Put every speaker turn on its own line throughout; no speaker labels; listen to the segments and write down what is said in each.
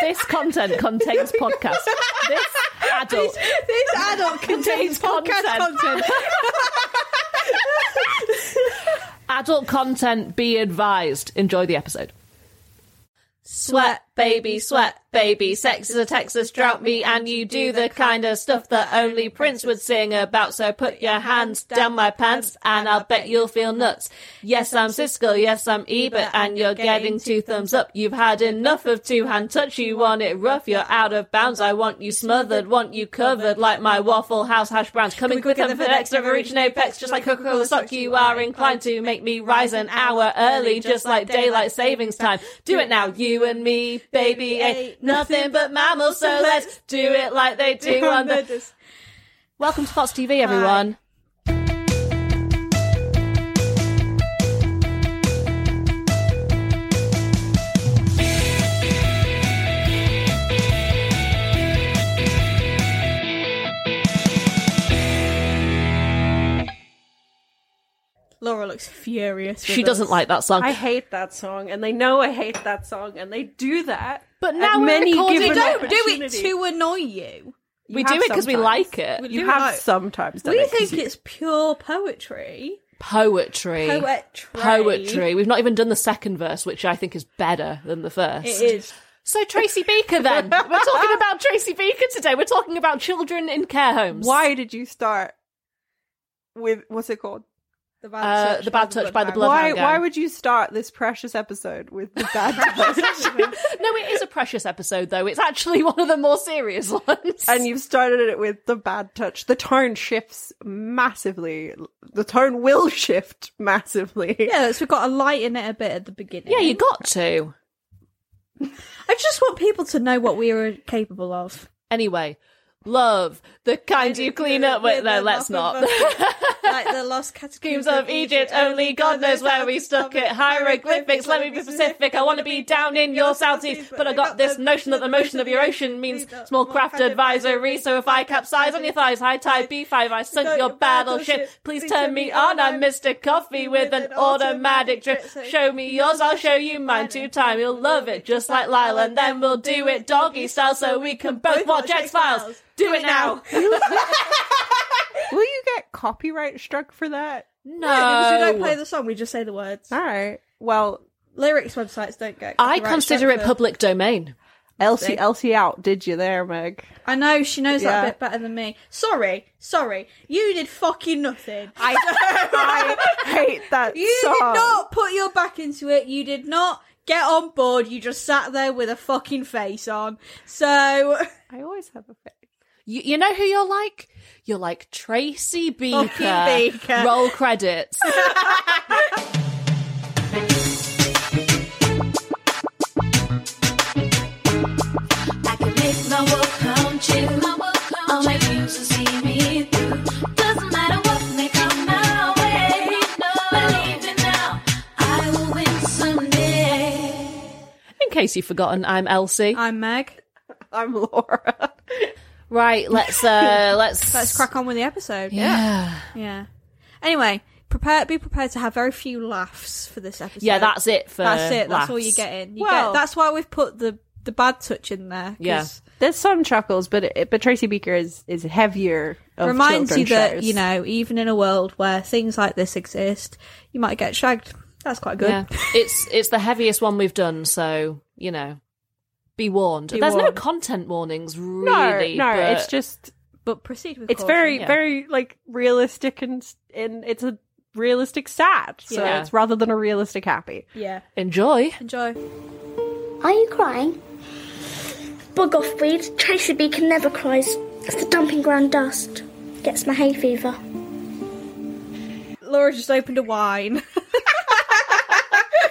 This content contains podcast. This adult.
This, this adult contains podcast
content.
content.
Adult content be advised. Enjoy the episode.
Sweat, baby, sweat,
baby. Sex is a Texas drought me, and you do the kind of stuff that only Prince would sing about. So put your hands down my pants, and I'll bet you'll feel nuts. Yes, I'm Siskel. Yes, I'm Ebert, and you're getting two thumbs up. You've had enough of two hand touch. You want it rough. You're out of bounds. I want you smothered. Want you covered like my Waffle House hash browns. Coming quicker than FedEx. Never reach an apex. Just like Coca-Cola stock, you are inclined to make me rise an hour early, just like daylight savings time. Do it now, you and me, baby. Ain't nothing but mammals, so let's do it like they do on the Welcome to Fox TV, everyone.
Laura looks furious. with
She doesn't
us.
like that song.
I hate that song, and they know I hate that song, and they do that.
But
at
now we're
many
recording-
given
We don't
do it
opportunities.
to annoy you.
You
we do
have
it because we
sometimes.
like it.
We
You
do
have
like-
sometimes done We it 'cause think
you-
it's pure poetry.
Poetry.
Poetry.
Poetry. We've not even done the second verse, which I think is better than the first.
It is.
So Tracy Beaker then. We're talking about Tracy Beaker today. We're talking about children in care homes.
Why
did you start with what's it called?
The
Uh,
touch
The Bad
the
Touch by the
Bloodhound.
Bloodhound
Why
Gang.
why would you start this precious episode with the bad
No, it is a precious episode though. It's actually one of the more serious ones.
and you've started it with the bad touch. The tone shifts massively. The tone will shift massively.
Yeah, it's, we've got to lighten it a bit at the beginning.
yeah, you got to.
I just want people to know what we are capable of.
Anyway, love the kind you clean up with. No, let's not.
like the lost
Dreams
catacombs
of Egypt, only God knows where we stuck it. Hieroglyphics, let me be specific. I want to be down in your southeast, but I got this notion that the motion of your ocean means small craft advisory. So if I capsize on your thighs, high tide B5, I sunk your battleship. Please turn me on, I'm Mr. Coffee with an automatic drip. Show me yours, I'll show you mine two time. You'll love it just like Lyle, and then we'll do it doggy style so we can both watch X Files. Do it now.
Will you get copyright struck for that?
Because we don't play
No.
the song, we just say the words.
All right. Well,
Lyrics websites don't get.
I
copyright
consider it
structure.
public domain.
Elsie Elsie out did you there, Meg?
I know she knows that
Yeah.
a bit better than me. Sorry, sorry, you did fucking nothing.
I I hate that
You
song.
did not put your back into it. You did not get on board. You just sat there with a fucking face on. So
I always have a face.
You, you know who you're like? You're like Tracy Beaker.
Fucking Beaker.
Roll credits.
I can make my world come true. All my dreams will see me through. Doesn't matter what may come my way. Believe it now, I will win someday.
In case you've forgotten, I'm Elsie.
I'm Meg.
I'm Laura.
Right, let's uh let's
Let's crack on with the episode.
Yeah.
Yeah. Anyway, prepare. Be prepared to have very few laughs for this episode.
Yeah, that's it for
that's it. That's all
laughs.
you get in. You
Well-
get, that's why we've put the the bad touch in there. 'cause
Yeah.
There's some chuckles, but it, but Tracy Beaker is is heavier. Of
Reminds you
children's
that
shows.
you know, even in a world where things like this exist, you might get shagged. That's quite good.
Yeah. It's it's the heaviest one we've done, so you know. Be warned. There's no
warned.
content warnings
No,
really.
no,
but-
it's just
But proceed with.
it's
caution.
very
yeah.
very like realistic and s- and it's a realistic sad. So
Yeah.
it's rather than a realistic happy.
yeah.
enjoy.
Enjoy.
Are you crying? Bug off, weed. Tracy Beaker never cries. It's the dumping ground dust. Gets my hay fever.
Laura just opened a wine.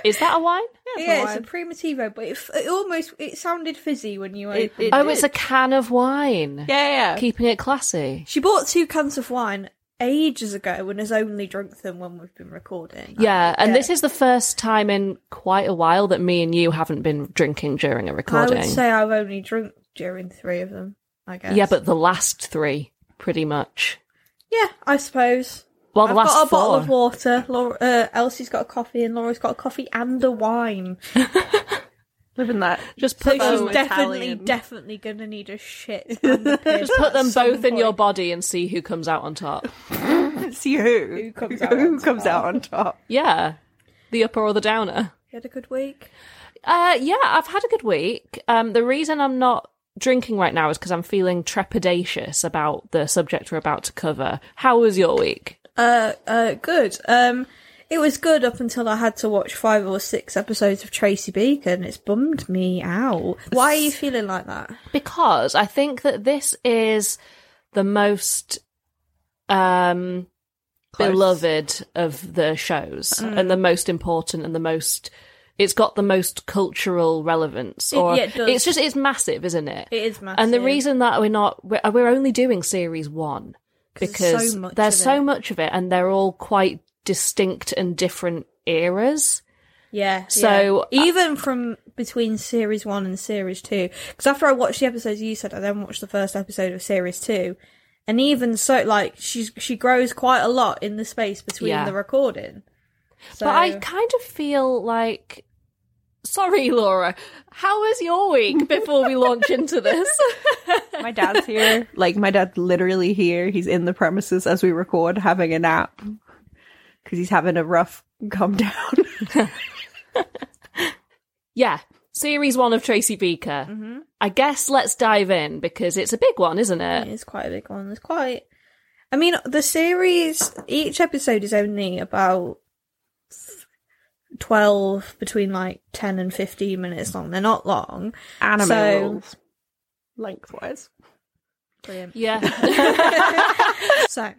Is that a wine?
yeah, it's a Primitivo, but it, f- it almost it sounded fizzy when you opened.
It, it,
Oh, it's a can of wine.
yeah yeah.
Keeping it classy.
She bought two cans of wine ages ago and has only drunk them when we've been recording.
Uh, Yeah, and this is the first time in quite a while that me and you haven't been drinking during a
I
recording.
would say I've only drunk during three of them. I guess.
Yeah, but the last three, pretty much.
yeah, I suppose.
Well, Oh, the
I've
last
got a
four.
bottle of water. Laura, uh, Elsie's got a coffee, and Laura's got a coffee and a wine.
Living that.
Just put
So
those
She's
Italian.
definitely, definitely gonna need a shit. on the pig
Just put
at
them
some
both in your
point.
body and see who comes out on top.
See who
Who comes out on
comes out on top.
Yeah. The upper or the downer.
You had a good week.
Uh, yeah, I've had a good week. Um, the reason I'm not drinking right now is because I'm feeling trepidatious about the subject we're about to cover. How was your week?
Uh, uh, good. Um, it was good up until I had to watch five or six episodes of Tracy Beacon. It's bummed me out. Why are you feeling like that?
Because I think that this is the most um, beloved of the shows
Mm.
and the most important and the most. It's got the most cultural relevance,
It-
or
yeah, it does.
it's just it's massive, isn't it?
It is massive.
And the reason that we're not we're, uh, we're only doing series one
'Cause there's
because
so much
there's
of
so
it.
much of it, and they're all quite distinct and different eras.
Yeah.
So, uh,
yeah. even from between series one and series two, because after I watched the episodes you said, I then watched the first episode of series two, and even so, like she's she grows quite a lot in the space between
Yeah.
the recording. So,
But I kind of feel like, sorry, Laura, how was your week before we launch into this?
My dad's here. Like my dad's literally here. He's in the premises as we record, having a nap because he's having a rough come down.
yeah, series one of Tracy Beaker.
Mm-hmm.
I guess let's dive in because it's a big one, isn't it?
It's quite a big one. It's quite. I mean, the series, each episode is only about 12, between like 10 and 15 minutes long. They're not long.
Anime
So-
rules, lengthwise.
Brilliant.
Yeah.
so,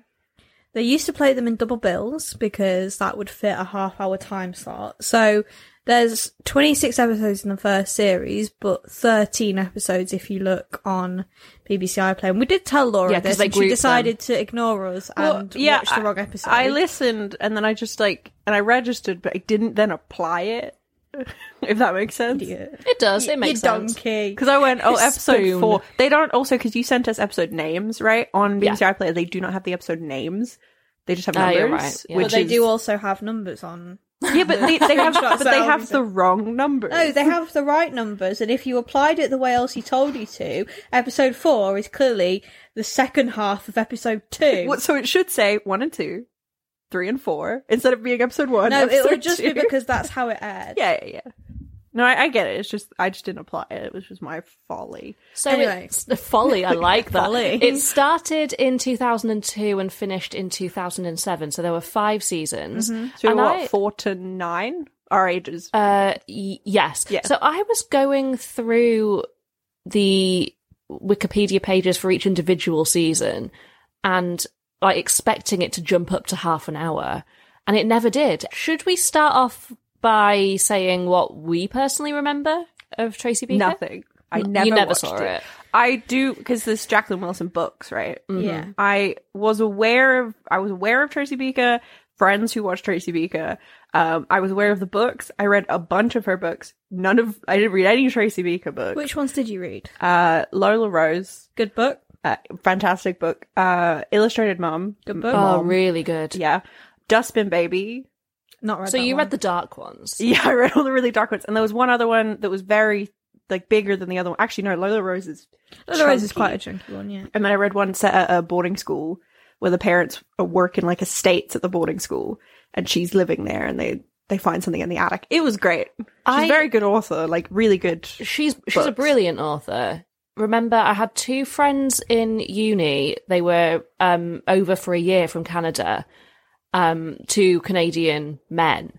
they used to play them in double bills because that would fit a half hour time slot. So, there's 26 episodes in the first series, but 13 episodes if you look on BBC iPlayer. And we did tell Laura
Yeah, 'cause
this,
they
and she
grouped them.
decided to ignore us and watch the
I-
wrong episode.
I listened and then I just like and I registered, but I didn't then apply it. if that makes sense.
Idiot.
it does. It
you
makes sense.
donkey.
Because I went, oh, episode
Spoon.
four. They don't also because you sent us episode names right on BBC iPlayer. They do not have the episode names. They just have
Ah,
numbers,
you're right, yeah.
which
But they
is-
do also have numbers on.
Yeah, but they, they have,
Screenshots
but they
out
have
and
the wrong number.
No, Oh, they have the right numbers, and if you applied it the way Elsie told you to, episode four is clearly the second half of episode two.
What- so it should say one and two, three and four instead of being episode one.
no, it
episode
would just be
two.
because that's how it aired.
yeah, yeah, yeah. No, I, I get it. It's just I just didn't apply it. It was just my folly.
So
Anyway.
it's the folly. I like that.
Folly.
It started in 2002 and finished in 2007. So there were five seasons.
Mm-hmm.
So
And
what,
I-
four to nine? Our ages.
Uh, y- yes.
Yeah.
So I was going through the Wikipedia pages for each individual season and like expecting it to jump up to half an hour, and it never did. Should we start off by saying what we personally remember of Tracy Beaker?
Nothing. I
N-
never,
you never
watched
saw it.
I do because there's Jacqueline Wilson books, right?
Yeah.
I was aware of I was aware of Tracy Beaker, friends who watched Tracy Beaker. Um, I was aware of the books. I read a bunch of her books. None of I didn't read any Tracy Beaker book.
Which ones did you read?
Uh, Lola Rose,
Good book.
uh, fantastic book. Uh, Illustrated Mom,
Good book.
Oh, really good.
yeah. Dustbin Baby,
Not read.
So
that
you
one.
read the dark ones.
yeah. I read all the really dark ones, and there was one other one that was very like bigger than the other one. Actually, no, Lola Rose is.
Otherwise, it's
chunky.
quite a chunky one. Yeah.
And then I read one set at a boarding school where the parents are working like estates at the boarding school, and she's living there, and they they find something in the attic. It was great. She's
I-
a very good author, like really good.
She's she's a
books.
brilliant author. Remember, I had two friends in uni. They were um, over for a year from Canada, um, two Canadian men,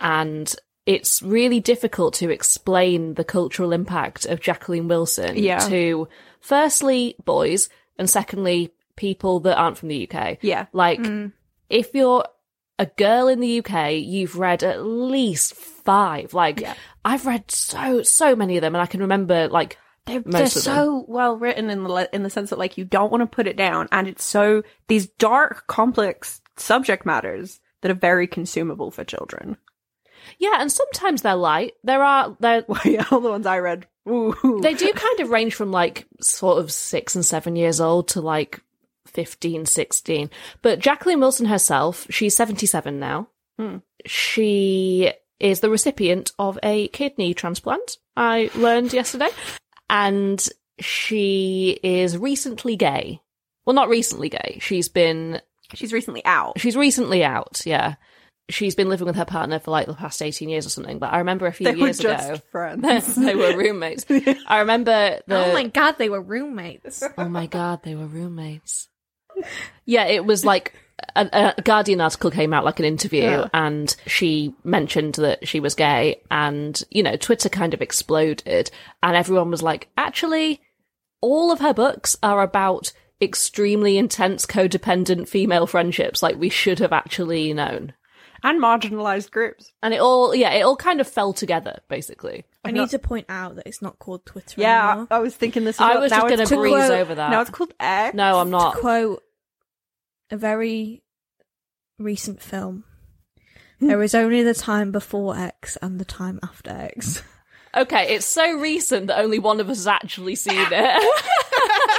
and it's really difficult to explain the cultural impact of Jacqueline Wilson
Yeah.
to firstly boys and secondly people that aren't from the UK.
Yeah.
like if you're a girl in the UK, you've read at least five. Like I've read so so many of them, and I can remember like
They're,
most
Eh, they're
of them.
so well written in the le- in the sense that like you don't want to put it down, and it's so these dark, complex subject matters that are very consumable for children.
yeah, and sometimes they're light. There are there
Well, yeah, all the ones I read, ooh,
they do kind of range from like sort of six and seven years old to like 15,
Hmm.
16. But Jacqueline Wilson herself, she's seventy seven now. She is the recipient of a kidney transplant, I learned yesterday. And she is recently gay. Well, not recently gay. She's been,
She's recently out.
she's recently out, yeah. She's been living with her partner for like the past 18 years or something, but I remember a few
They were
years
just
ago.
friends.
they were roommates. I remember the.
oh my god, they were roommates.
Oh my god, they were roommates. Yeah, it was like a, a Guardian article came out, like an interview, and she mentioned that she was gay, and you know, Twitter kind of exploded, and everyone was like, actually, all of her books are about extremely intense codependent female friendships, like we should have actually known.
and marginalized groups.
And it all, yeah, it all kind of fell together, basically.
I need to point out that it's not called Twitter
Yeah,
anymore.
I, I was thinking this.
Uh-huh. I
about-
was
now
just going
it's
to
called-
breeze
quote-
over that.
Now it's called X.
no, I'm not.
To quote a very recent film. There is only the time before X and the time after X.
Okay, it's so recent that only one of us has actually seen it.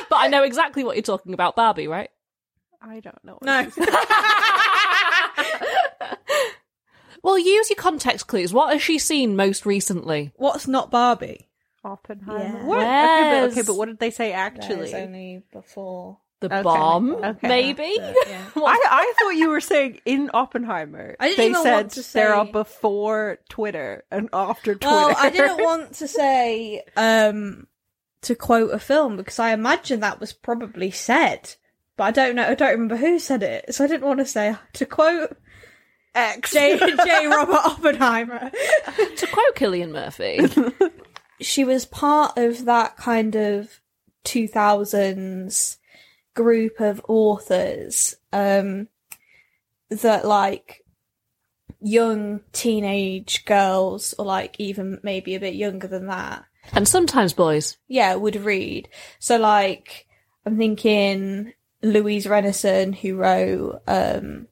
but I know exactly what you're talking about, Barbie, right?
I don't know.
well, use your context clues. What has she seen most recently?
What's not Barbie?
Oppenheimer.
Yeah.
What? Okay, but, okay,
Yes.
but what did they say actually?
only before.
The
Okay.
bomb,
Okay.
maybe?
yeah.
What-
I, I thought you were saying in Oppenheimer.
I didn't
they
even
said
want to
there are
say-
before Twitter and after Twitter.
Well, I didn't want to say um to quote a film because I imagine that was probably said, but I don't know. I don't remember who said it, so I didn't want to say to quote
X.
J. J. Robert Oppenheimer.
to quote Killian Murphy.
she was part of that kind of 2000s group of authors um that like young teenage girls or like even maybe a bit younger than that
and sometimes boys.
yeah would read so like i'm thinking louise renison who wrote um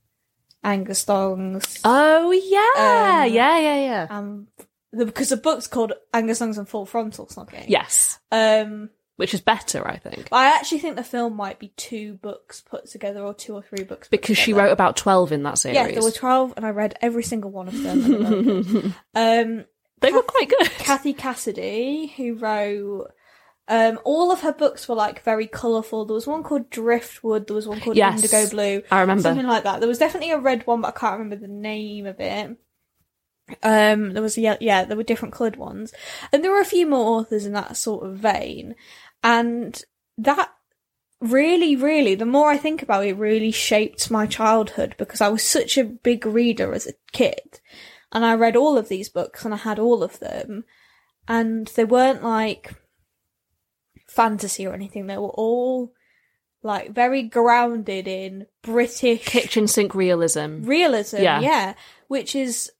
anger songs
Oh, yeah.
Um,
yeah, yeah, yeah.
um the, because the book's called anger songs and full frontal snooking
Yes.
um
Which is better, I think.
But I actually think the film might be two books put together or two or three books. put
Because she
together.
wrote about 12 in that series.
Yeah, there were twelve, and I read every single one of them. and I loved it. um,
they were quite good.
Kathy Cassidy, who wrote. Um, all of her books were like very colourful. There was one called Driftwood. There was one called
Yes,
Indigo Blue.
I remember.
something like that. There was definitely a red one, but I can't remember the name of it. Um, there was a, ye- yeah, there were different coloured ones, and there were a few more authors in that sort of vein, and that really, really, the more I think about it, really shaped my childhood because I was such a big reader as a kid, and I read all of these books and I had all of them, and they weren't like fantasy or anything. They were all like very grounded in British
Kitchen sink realism.
realism
Yeah.
yeah. which is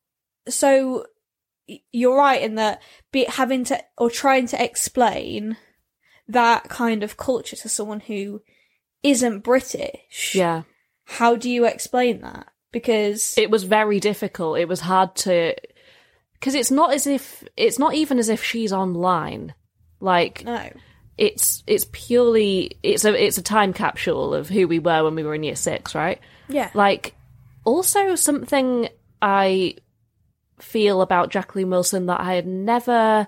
so y- you're right in that be having to or trying to explain that kind of culture to someone who isn't british
Yeah.
how do you explain that because
it was very difficult it was hard to because it's not as if it's not even as if she's online like
no
it's it's purely it's a it's a time capsule of who we were when we were in year six right
yeah
like also something i feel about jacqueline wilson that i had never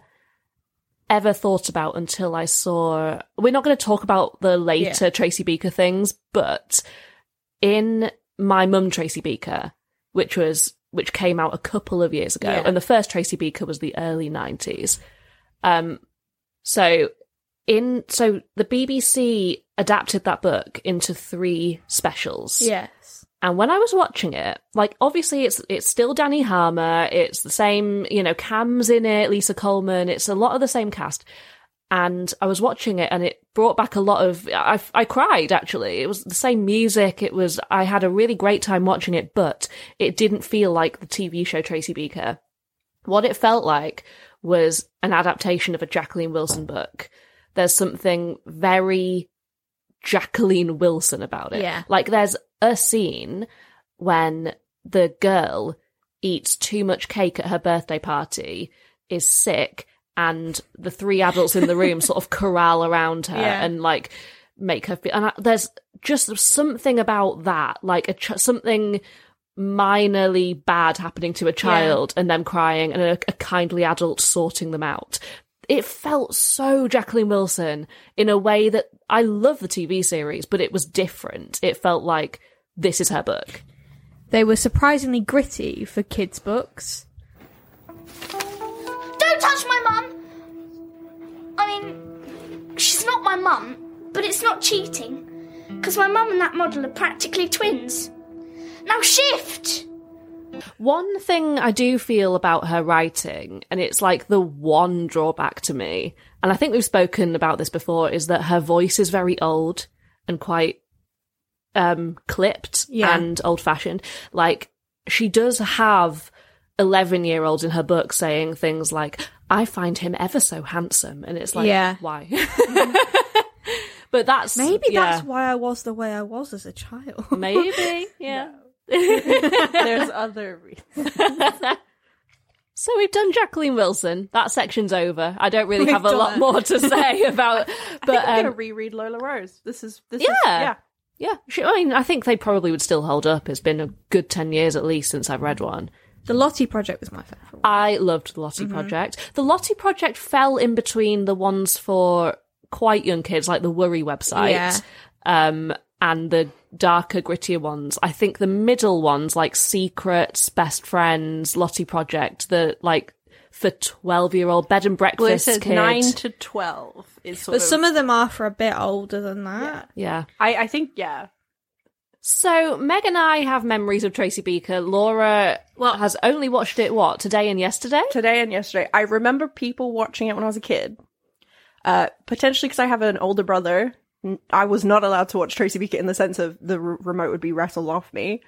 ever thought about until i saw we're not going to talk about the later tracy beaker things but in my mum tracy beaker which was which came out a couple of years ago
Yeah.
and the first tracy beaker was the early 90s um so in so the bbc adapted that book into three specials
yes
and when I was watching it, like obviously it's it's still Danny Harmer, it's the same, you know, Cam's in it, Lisa Coleman, it's a lot of the same cast. And I was watching it and it brought back a lot of I I cried actually. It was the same music, it was I had a really great time watching it, but it didn't feel like the TV show Tracy Beaker. What it felt like was an adaptation of a Jacqueline Wilson book. There's something very Jacqueline Wilson about it.
Yeah.
Like there's a scene when the girl eats too much cake at her birthday party, is sick, and the three adults in the room sort of corral around her
Yeah.
and like make her feel. And I, there's just something about that, like a ch- something minorly bad happening to a child and them crying and a, a kindly adult sorting them out. It felt so Jacqueline Wilson in a way that I love the TV series, but it was different. It felt like this is her book.
They were surprisingly gritty for kids' books.
Don't touch my mum! I mean, she's not my mum,
But it's not cheating, because my mum and that model are practically twins. Now shift!
One thing I do feel about her writing, and it's like the one drawback to me, and I think we've spoken about this before, is that her voice is very old and quite um clipped
Yeah.
and old fashioned. Like she does have eleven year olds in her book saying things like, I find him ever so handsome and it's like
Yeah.
why? but that's
Maybe
yeah.
that's why I was the way I was as a child.
Maybe, yeah.
There's other reasons.
So we've done Jacqueline Wilson. That section's over. I don't really have a
done
lot
it.
more to say about.
But
But
I'm gonna
um,
reread Lola Rose. This is this
yeah,
is yeah.
yeah. She, I mean, I think they probably would still hold up. It's been a good ten years at least since I've read one.
the Lottie Project was my favourite. one.
I loved the Lottie
Mm-hmm.
Project. The Lottie Project fell in between the ones for quite young kids, like the Worry website,
Yeah.
um, and the darker, grittier ones. I think the middle ones, like Secrets, Best Friends, Lottie Project, the like for twelve-year-old bed and breakfast
Well, it says
kids.
nine to twelve is sort
But
of.
some of them are for a bit older than that.
yeah.
I I think yeah.
So Meg and I have memories of Tracy Beaker. Laura well, has only watched it what today and yesterday.
Today and yesterday, I remember people watching it when I was a kid. Uh, potentially because I have an older brother. N- I was not allowed to watch Tracy Beaker in the sense of the r- remote would be wrestled off me.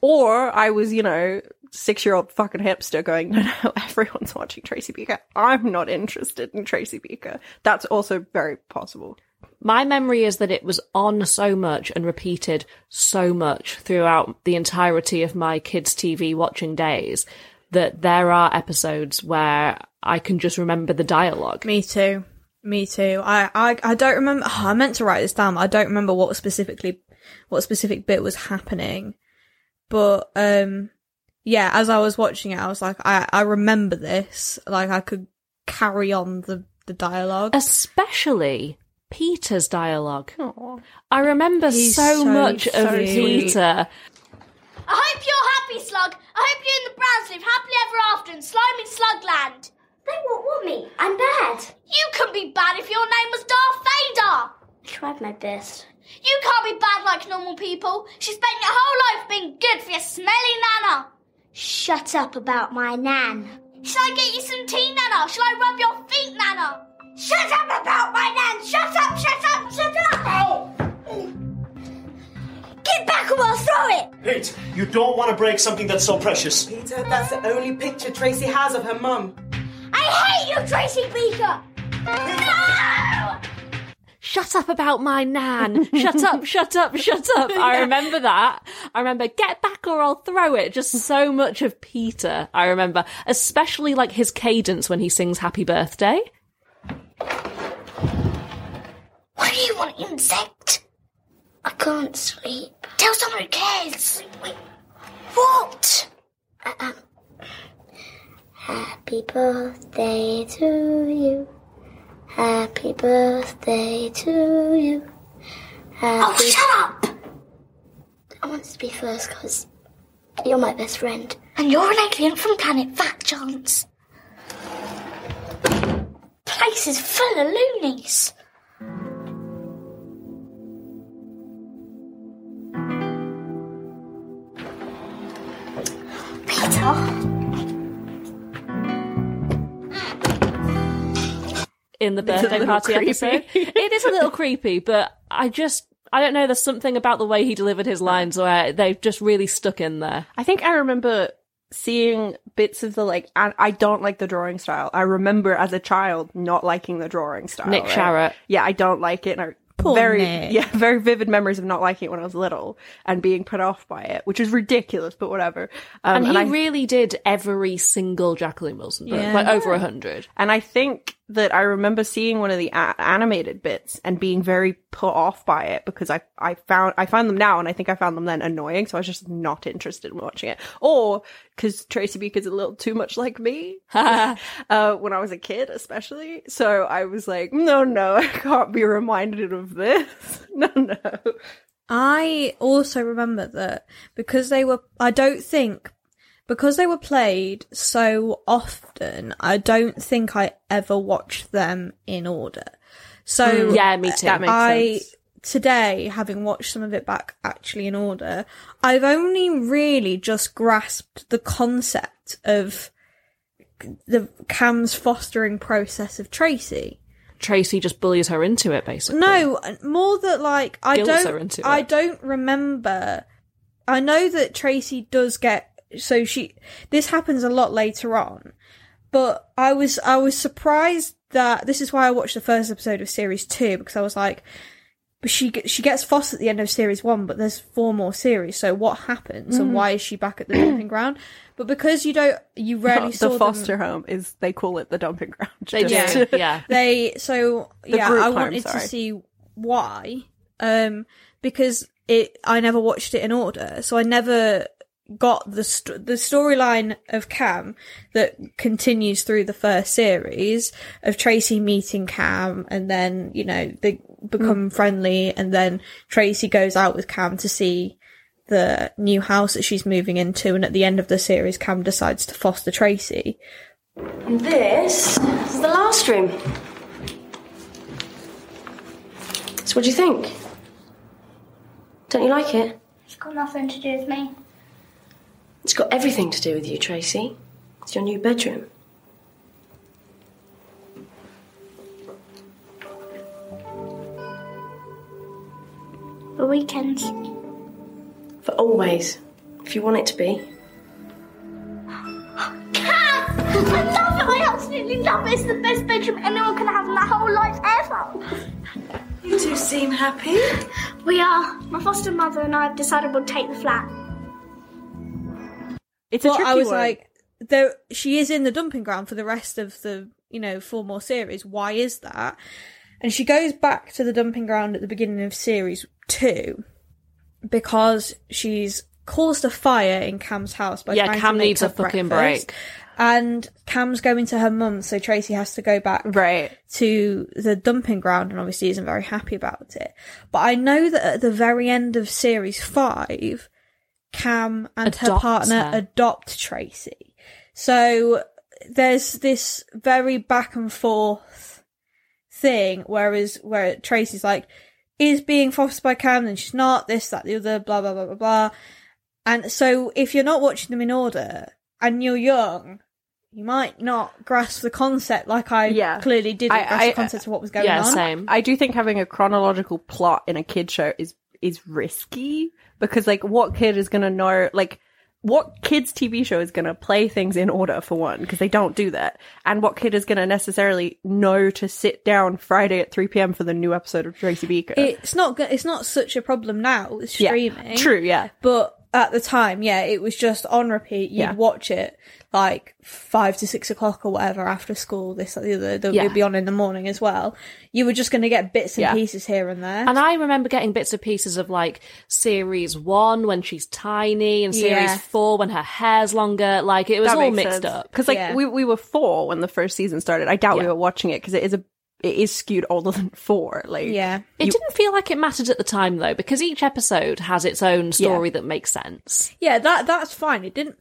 Or I was, you know, six year old fucking hipster going, no, no, everyone's watching Tracy Beaker. I'm not interested in Tracy Beaker. That's also very possible.
My memory is that it was on so much and repeated so much throughout the entirety of my kids' TV watching days that there are episodes where I can just remember the dialogue.
Me too. Me too. I, I, I don't remember. oh, I meant to write this down. but I don't remember what specifically, what specific bit was happening. But, um, yeah, as I was watching it, I was like, I, I remember this. Like, I could carry on the, the dialogue.
Especially Peter's dialogue. I remember
He's
so,
so
much of
sweet.
Peter.
I hope you're happy, Slug. I hope you and the Browns live happily ever after in slimy Slugland.
They won't want me. I'm bad.
You can be bad if your name was Darth
I
Vader.
tried my best.
You can't be bad like normal people. She spent your whole life being good for your smelly nana.
Shut up about my nan.
Shall I get you some tea, Nana? Shall I rub your feet, Nana? Shut up about my nan! Shut up! Shut up! Shut up! Get back or I'll throw it!
Pete, you don't want to break something that's so precious.
Peter, that's the only picture Tracy has of her mum.
I hate you, Tracy Beaker! No!
shut up about my nan. Shut up, shut up, shut up. I remember that. I remember get back or I'll throw it. Just so much of Peter. I remember, especially like his cadence when he sings happy birthday.
What do you want, insect?
I can't sleep.
Tell someone who cares! What?
Uh-uh. Happy birthday to you. Happy birthday to you.
Oh,
Happy
shut up!
I want to be first because you're my best friend.
And you're an alien from planet Fat Chance. Place is full of loonies. Peter?
in the birthday party episode. It is a little creepy, but I just I don't know. There's something about the way he delivered his lines where they've just really stuck in there.
I think I remember seeing bits of the like, I, I don't like the drawing style. I remember as a child not liking the drawing style.
Nick
right?
Sharrett.
Yeah, I don't like it. And I,
Poor
very,
Nick.
yeah, very vivid memories of not liking it when I was little and being put off by it, which is ridiculous, but whatever. Um,
And,
and,
he
I,
really did every single Jacqueline Wilson book,
Yeah.
like over a hundred.
and I think that I remember seeing one of the a- animated bits and being very put off by it because I I found I found them now and I think I found them then annoying, so I was just not interested in watching it. Or because Tracy Beaker's a little too much like me uh, when I was a kid, especially. So I was like, no, no, I can't be reminded of this. no, no.
I also remember that because they were, I don't think, because they were played so often, I don't think I ever watched them in order. So
Yeah, me too.
That makes
I
sense.
today, having watched some of it back actually in order, I've only really just grasped the concept of the Cam's fostering process of Tracy.
Tracy just bullies her into it, basically.
No, more that like I
Guilts
don't.
are into
I
it.
don't remember. I know that Tracy does get so she. This happens a lot later on, but I was I was surprised that this is why I watched the first episode of series two because I was like, but she get- she gets Foss at the end of series one, but there's four more series. So what happens
Mm-hmm.
and why is she back at the dumping ground? But because you don't, you rarely saw
the
them-
foster home is they call it the dumping ground.
They
just-
do. Yeah.
they so yeah
group
i
home,
wanted
sorry.
to see why um because it i never watched it in order so i never got the st- the storyline of cam that continues through the first series of tracy meeting cam and then you know they
Mm.
become friendly and then tracy goes out with cam to see the new house that she's moving into and at the end of the series cam decides to foster tracy
This is the last room. So, what do you think? Don't you like it?
It's got nothing to do with me.
It's got everything to do with you, Tracy. It's your new bedroom.
The weekends.
For always, if you want it to be.
Cat! I love it! I absolutely love it! It's the best bedroom anyone can have in their whole life ever!
You two seem happy.
We are. My foster mother and I have decided we'll take the flat.
It's a
But
tricky
I was
one.
like, there she is in the dumping ground for the rest of the you know four more series. Why is that? And she goes back to the dumping ground at the beginning of series two because she's caused a fire in Cam's house by
Yeah,
trying
Cam
to make
needs
her
a fucking
breakfast.
break.
And Cam's going to her mum, so Tracy has to go back
right.
to the dumping ground and obviously isn't very happy about it. But I know that at the very end of series five, Cam and her
Adopts
partner
her.
adopt Tracy. So there's this very back and forth thing, whereas where Tracy's like, is being fostered by Cam and she's not, this, that, the other, blah, blah, blah, blah, blah. And so if you're not watching them in order and you're young, you might not grasp the concept like I
Yeah.
clearly didn't
I-
grasp
I-
the concept of what was going
Yeah,
on.
same.
I do think having a chronological plot in a kid show is is risky because like what kid is going to know like what kids TV show is going to play things in order for one because they don't do that and what kid is going to necessarily know to sit down Friday at 3 p.m. for the new episode of Tracy Beaker.
It's not go- it's not such a problem now with
Yeah.
streaming.
True, yeah.
But at the time, yeah, it was just on repeat. You'd
Yeah.
watch it like five to six o'clock or whatever after school, this, that, the other. That
Yeah.
would be on in the morning as well. You were just going to get bits and
Yeah.
pieces here and there.
And I remember getting bits and pieces of like series one when she's tiny and series
Yeah.
four when her hair's longer. Like it was all mixed up.
because like
Yeah.
we, we were four when the first season started i doubt we
Yeah.
were watching it because it is a it is skewed older than four like
yeah.
It didn't feel like it mattered at the time though, because each episode has its own story that makes sense.
Yeah, that that's fine. It didn't.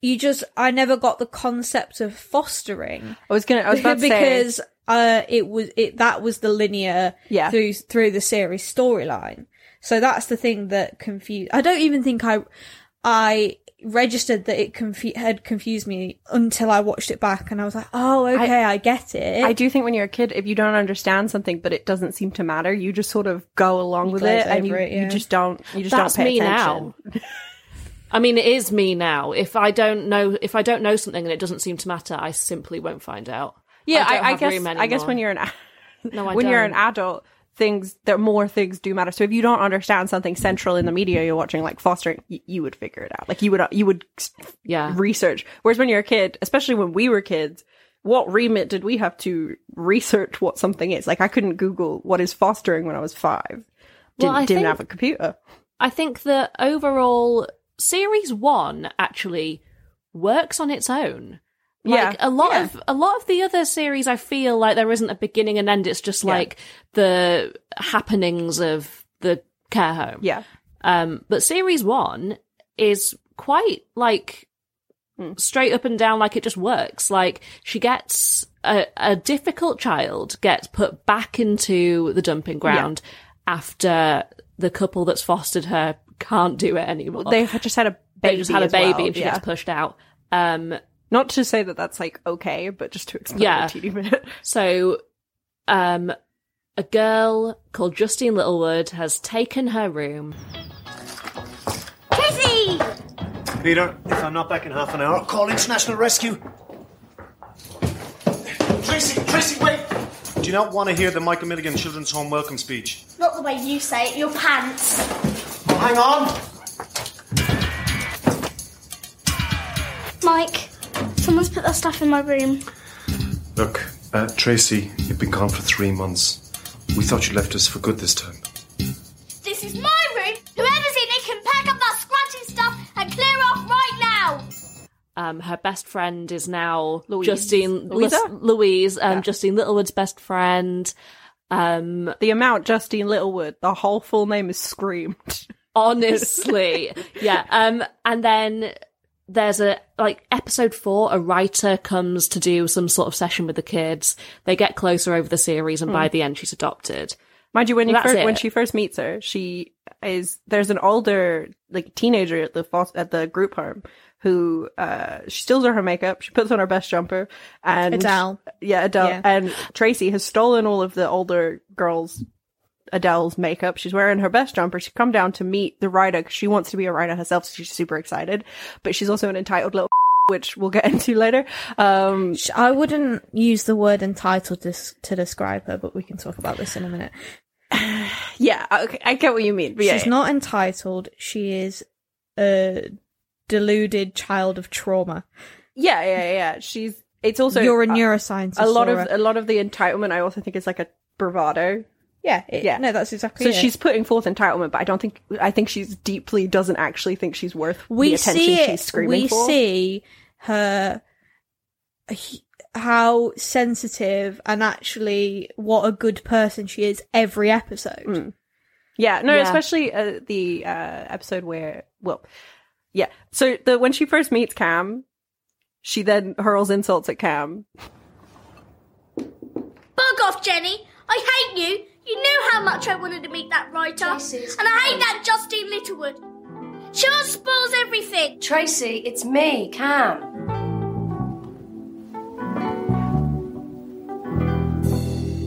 You just, I never got the concept of fostering.
i was gonna i was about to say
because uh, it was it that was the linear
Yeah.
through through the series storyline. So that's the thing that confused. I don't even think I I registered that it confu- had confused me until I watched it back, and I was like, oh, okay, I, get it.
I do think when you're a kid, if you don't understand something, but it doesn't seem to matter, you just sort of go along with
glaze
it, and you,
over it,
you
yeah.
just don't you just
That's
don't pay
me
attention.
now. I mean, it is me now. If I don't know, if I don't know something and it doesn't seem to matter, I simply won't find out.
Yeah,
I
I,
don't
I,
have
guess
room
I guess
anymore.
when you're an
No, I
when you're an
don't.
adult, things there more things do matter. So if you don't understand something central in the media you're watching, like fostering, y- you would figure it out. Like you would you would
Yeah.
research. Whereas when you're a kid, especially when we were kids, what remit did we have to research what something is? Like, I couldn't Google what is fostering when I was five. Didn't,
Well, I
didn't
think-
have a computer.
I think the overall series one actually works on its own. Like
Yeah.
a lot
Yeah.
of a lot of the other series I feel like there isn't a beginning and end, it's just like the happenings of the care home.
Yeah.
Um, but series one is quite like
Hmm.
straight up and down, like it just works. Like she gets a, a difficult child gets put back into the dumping ground after the couple that's fostered her can't do it anymore.
They had just had a baby.
They just had a
as well,
baby and she
yeah.
gets pushed out. Um,
Not to say that that's like okay, but just to explain
Yeah.
a teeny bit.
So, um, a girl called Justine Littlewood has taken her room.
Kizzy!
Peter, if I'm not back in half an hour, I'll call International Rescue. Tracy, Tracy, wait! Do you not want to hear the Michael Milligan Children's Home welcome speech?
Not the way you say it, your pants.
Oh, hang on!
Mike, someone's put their stuff in my room.
Look, uh, Tracy, you've been gone for three months. We thought you left us for good this time.
This is my room. Whoever's in it can pack up that scratchy stuff and clear off right now.
Um, her best friend is now
Louise.
Justine
Louisa?
Lus- Louise, um, Justine Littlewood's best friend. Um,
The amount Justine Littlewood, the whole full name is screamed.
honestly, yeah. Um, and then there's a like episode four. A writer comes to do some sort of session with the kids. They get closer over the series, and
Hmm.
by the end, she's adopted.
Mind you, when you
That's
first, when
it.
she first meets her, she is there's an older like teenager at the fos- at the group home who uh she steals her makeup, she puts on her best jumper, and
Adele.
yeah, Adele,
Yeah.
and Tracy has stolen all of the older girls. Adele's makeup. She's wearing her best jumper. She's come down to meet the writer 'cause she wants to be a writer herself, so she's super excited. But she's also an entitled little, which we'll get into later. Um,
Sh- I wouldn't use the word entitled dis- to describe her, but we can talk about this in a minute.
yeah, okay, I get what you mean. But yeah,
She's not entitled. She is a deluded child of trauma.
yeah, yeah, yeah. She's. It's also
You're a
uh,
neuroscientist.
a lot
Laura.
of a lot of the entitlement I also think is like a bravado.
yeah, it-
yeah.
No, that's exactly.
So
it.
she's putting forth entitlement, but I don't think I think she's deeply doesn't actually think she's worth the
we
attention
see it.
she's screaming
we
for.
see her he- how sensitive and actually what a good person she is every episode.
Mm. Yeah, no,
Yeah.
especially uh, the uh, episode where well, yeah. So the when she first meets Cam, she then hurls insults at Cam.
Bug off, Jenny. I hate you. You knew how much I wanted to meet that writer.
is
And I hate that Justine Littlewood. She always spoils everything.
Tracy, it's me, Cam.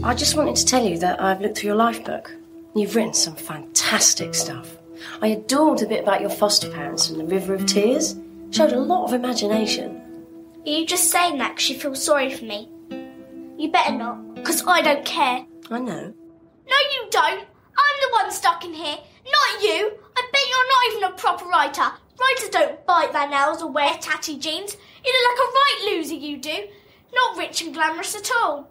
I just wanted to tell you that I've looked through your life book. You've written some fantastic stuff. I adored the bit about your foster parents and the River of Tears. Showed a lot of imagination.
Are you just saying that 'cause you feel sorry for me? You better not, because I don't care.
I know.
No, you don't. I'm the one stuck in here, not you. I bet you're not even a proper writer. Writers don't bite their nails or wear tatty jeans. You look like a right loser, you do. Not rich and glamorous at all.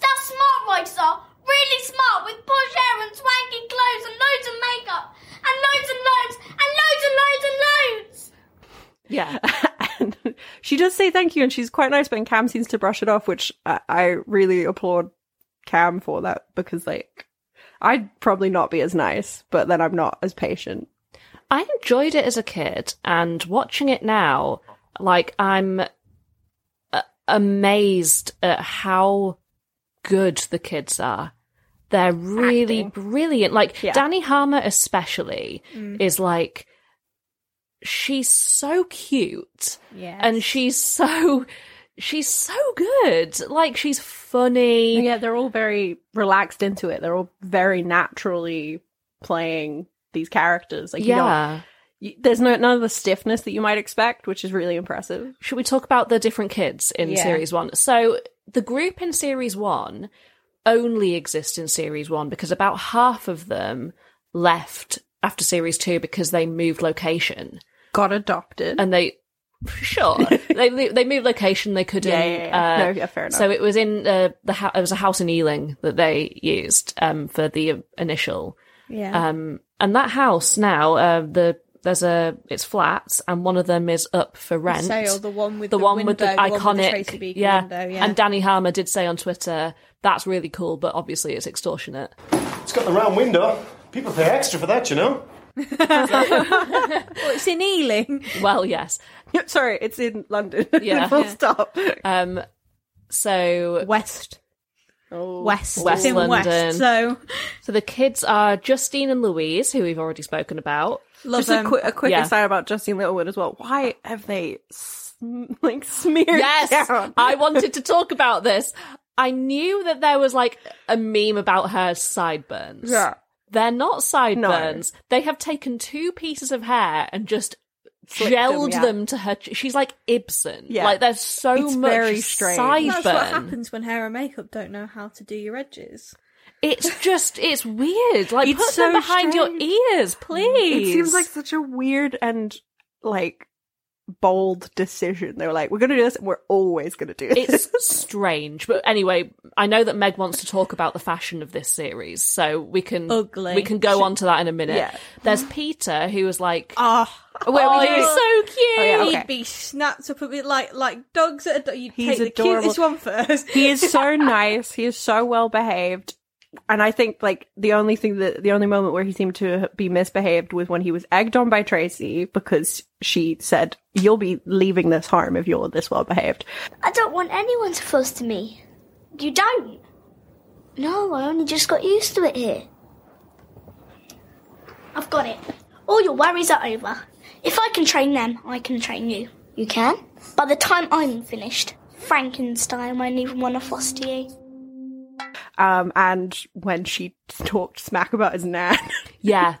That's smart writers are. Really smart with posh hair and swanky clothes and loads of makeup. And loads and loads and loads and loads and loads.
Yeah. and she does say thank you and she's quite nice, but Cam seems to brush it off, which I, I really applaud Cam for that because, like, I'd probably not be as nice, but then I'm not as patient.
I enjoyed it as a kid, and watching it now, like I'm a- amazed at how good the kids are. They're really brilliant. Like
Yeah. Mm.
Danny Harmer, especially, is like she's so cute,
Yes.
and she's so she's so good. Like she's funny.
Yeah, they're all very relaxed into it. They're all very naturally playing these characters. Like, you don't-
yeah.
you- there's no, none of the stiffness that you might expect, which is really impressive.
should we talk about the different kids in
Yeah.
series one? So the group in series one only exist in series one because about half of them left after series two because they moved location
Got adopted.
and they sure. they mo- they moved location. They couldn't.
Yeah, yeah, yeah.
uh,
No, yeah, fair enough.
So it was in uh, the hou- it was a house in Ealing that they used um, for the initial.
Yeah.
Um, and that house now, uh, the there's a it's flats, and one of them is up for rent.
sale, the one with the window, the
iconic,
one with the Tracy Beaker
yeah.
window, yeah.
And Danny Harmer did say on Twitter, "That's really cool, but obviously it's extortionate."
It's got the round window. People pay extra for that, you know.
Well, it's in Ealing.
Well, yes.
Sorry, it's in London.
Yeah.
Full stop.
Um, so
West.
Oh,
West. It's
West
in
London.
West. So,
so the kids are Justine and Louise, who we've already spoken about.
love
Just
them.
a, qu- a quick
Yeah.
aside about Justine Littlewood as well. Why have they sm- like smeared
Yes,
down?
I wanted to talk about this. I knew that there was like a meme about her sideburns.
Yeah.
They're not sideburns. They have taken two pieces of hair and just
Flipped them,
gelled them,
yeah.
to her. ch- She's like Ibsen.
Yeah.
Like there's so
It's
much
very strange.
sideburn.
That's what happens when hair and makeup don't know how to do your edges.
It's just it's weird. Like
It's
put them
so
behind
strange.
your ears, please.
It seems like such a weird and like bold decision. They were like, "We're going to do this, and we're always going to do this."
it's strange, but anyway, I know that Meg wants to talk about the fashion of this series, so we can
Ugly.
We can go on to that in a minute.
Yeah.
There's Peter who was like,
Oh,
"Oh,
we do-
you're so cute."
yeah, okay.
he'd be snapped up a bit like like dogs at a dog. You'd
He's
take
adorable.
the cutest one first.
he is so nice. He is so well behaved. And I think like the only thing that the only moment where he seemed to be misbehaved was when he was egged on by Tracy because she said, "You'll be leaving this harm if you're this well behaved."
I don't want anyone to fuss to me.
You don't.
No, I only just got used to it here.
I've got it. All your worries are over. If I can train them, I can train you.
You can?
By the time I'm finished, Frankenstein won't even want to foster you.
Um, and when she talked smack about his nan,
yeah.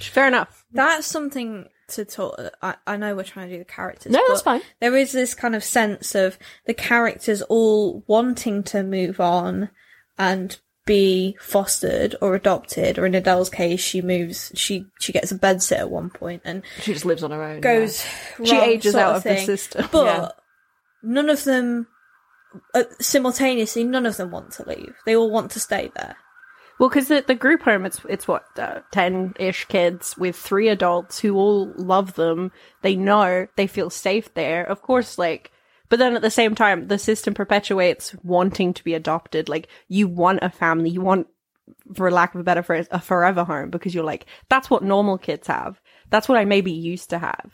fair enough.
That's something to talk. uh, I, I know we're trying to do the characters.
No, that's
but
fine.
There is this kind of sense of the characters all wanting to move on and be fostered or adopted. Or in Adele's case, she moves. She she gets a bedsit at one point and
She just lives on her own.
goes.
She
wrong
ages
sort
out of the
thing.
system.
but
Yeah.
none of them. Uh, simultaneously, none of them want to leave. They all want to stay there.
Well, because the, the group home, it's it's what ten ish kids with three adults who all love them. They know they feel safe there. Of course, like, but then at the same time, the system perpetuates wanting to be adopted. Like, you want a family, you want, for lack of a better phrase, a forever home because you're like, that's what normal kids have. That's what I maybe used to have.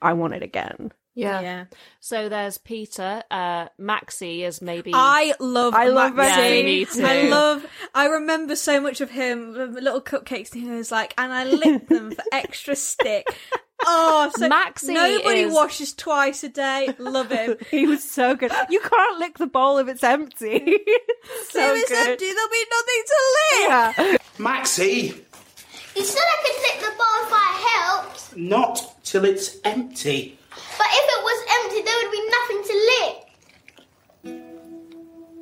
I want it again.
Yeah.
Yeah.
So there's Peter. Uh, Maxie is maybe.
Oh,
I love
I love
Maxi.
Maxi. Yeah, me too.
I love I remember so much of him the little cupcakes and he was like and I lick them for extra stick. Oh so
Maxi
nobody
is-
washes twice a day. Love him.
He was so good. You can't lick the bowl if it's empty. so
if it's
good.
empty there'll be nothing to lick.
Yeah.
Maxie,
You said I could lick the bowl if I helped,
not till it's empty.
but if it was empty, there would be nothing to lick.